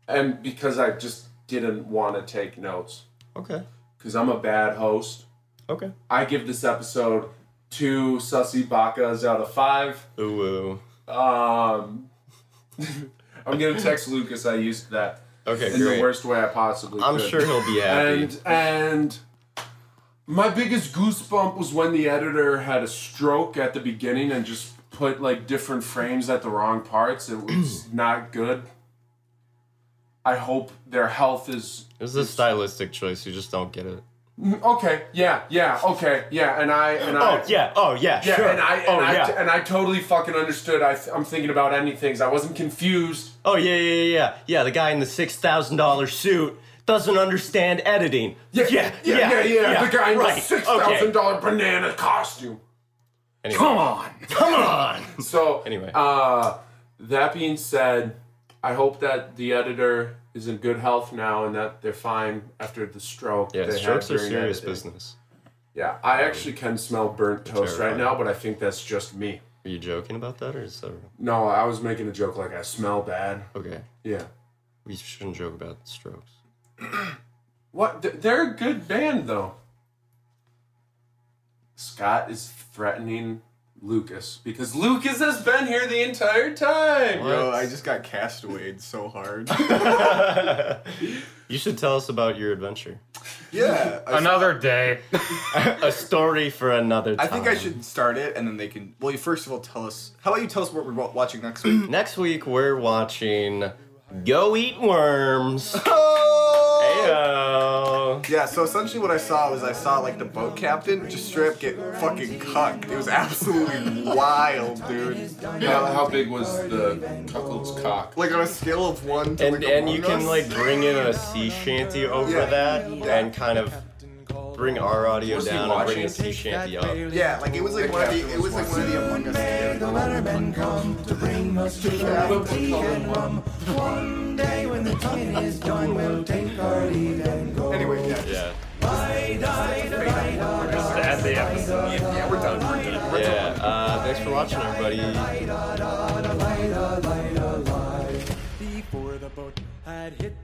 Speaker 4: And because I just didn't want to take notes.
Speaker 1: Okay.
Speaker 4: Because I'm a bad host.
Speaker 1: Okay.
Speaker 4: I give this episode two sussy bakas out of five.
Speaker 1: Ooh. ooh.
Speaker 4: Um, I'm going to text Lucas. I used that
Speaker 1: Okay,
Speaker 4: in the
Speaker 1: great.
Speaker 4: worst way I possibly
Speaker 1: I'm
Speaker 4: could.
Speaker 1: sure he'll be happy.
Speaker 4: and and my biggest goosebump was when the editor had a stroke at the beginning and just put like different frames at the wrong parts. It was not good. I hope their health is
Speaker 1: it was a stylistic choice. You just don't get it.
Speaker 4: okay. Yeah, yeah, okay, yeah. And I and I
Speaker 1: yeah. Oh yeah.
Speaker 4: yeah, and I and I and I totally fucking understood. I th- I'm thinking about ending things. I wasn't confused.
Speaker 1: Oh yeah, yeah, yeah, yeah. Yeah, the guy in the six thousand dollar suit doesn't understand editing. Yeah, yeah,
Speaker 4: yeah, yeah. yeah, The guy in the
Speaker 1: right,
Speaker 4: six
Speaker 1: okay.
Speaker 4: thousand dollar banana costume.
Speaker 1: Anyway,
Speaker 3: on.
Speaker 1: come on.
Speaker 4: So
Speaker 1: Anyway.
Speaker 4: uh, that being said, I hope that the editor is in good health now and that they're fine after the stroke.
Speaker 1: Yeah,
Speaker 4: they had
Speaker 1: strokes are
Speaker 4: during
Speaker 1: serious
Speaker 4: editing.
Speaker 1: business.
Speaker 4: Yeah, I actually can smell burnt toast right
Speaker 1: terrifying.
Speaker 4: now, but I think that's just me.
Speaker 1: Are you joking about that, or is that real?
Speaker 4: No, I was making a joke like I smell bad.
Speaker 1: okay?
Speaker 4: Yeah.
Speaker 1: We shouldn't joke about strokes.
Speaker 4: What? Th- They're a good band though. Scott is threatening Lucas because Lucas has been here the entire time.
Speaker 2: Yo,
Speaker 1: What?
Speaker 2: I just got castawayed so hard.
Speaker 1: You should tell us about your adventure.
Speaker 2: yeah. I,
Speaker 3: Another day.
Speaker 1: A story for another
Speaker 2: I
Speaker 1: time.
Speaker 2: think I should start it, and then they can. Well, you first of all, tell us. How about you tell us what we're wa- watching next week?
Speaker 1: Next week we're watching Go Eat Worms.
Speaker 2: Oh!
Speaker 1: Heyo.
Speaker 2: Yeah, so essentially what I saw was I saw like the boat captain just straight up get fucking cucked. It was absolutely wild, dude.
Speaker 4: How, how big was the cuckold's cock?
Speaker 2: Like on a scale of one to
Speaker 1: And
Speaker 2: like
Speaker 1: and you
Speaker 2: Among
Speaker 1: can
Speaker 2: Us.
Speaker 1: like bring in a sea shanty over
Speaker 2: Yeah.
Speaker 1: that and kind of bring our audio
Speaker 4: Was he
Speaker 1: down and bring
Speaker 4: watching?
Speaker 1: a sea shanty up.
Speaker 2: Yeah, like it was like one of the it was like one of the Among Us. videos. Anyway, yeah.
Speaker 1: Yeah.
Speaker 3: At the
Speaker 1: Uh, thanks for watching, everybody.
Speaker 7: before the boat had hit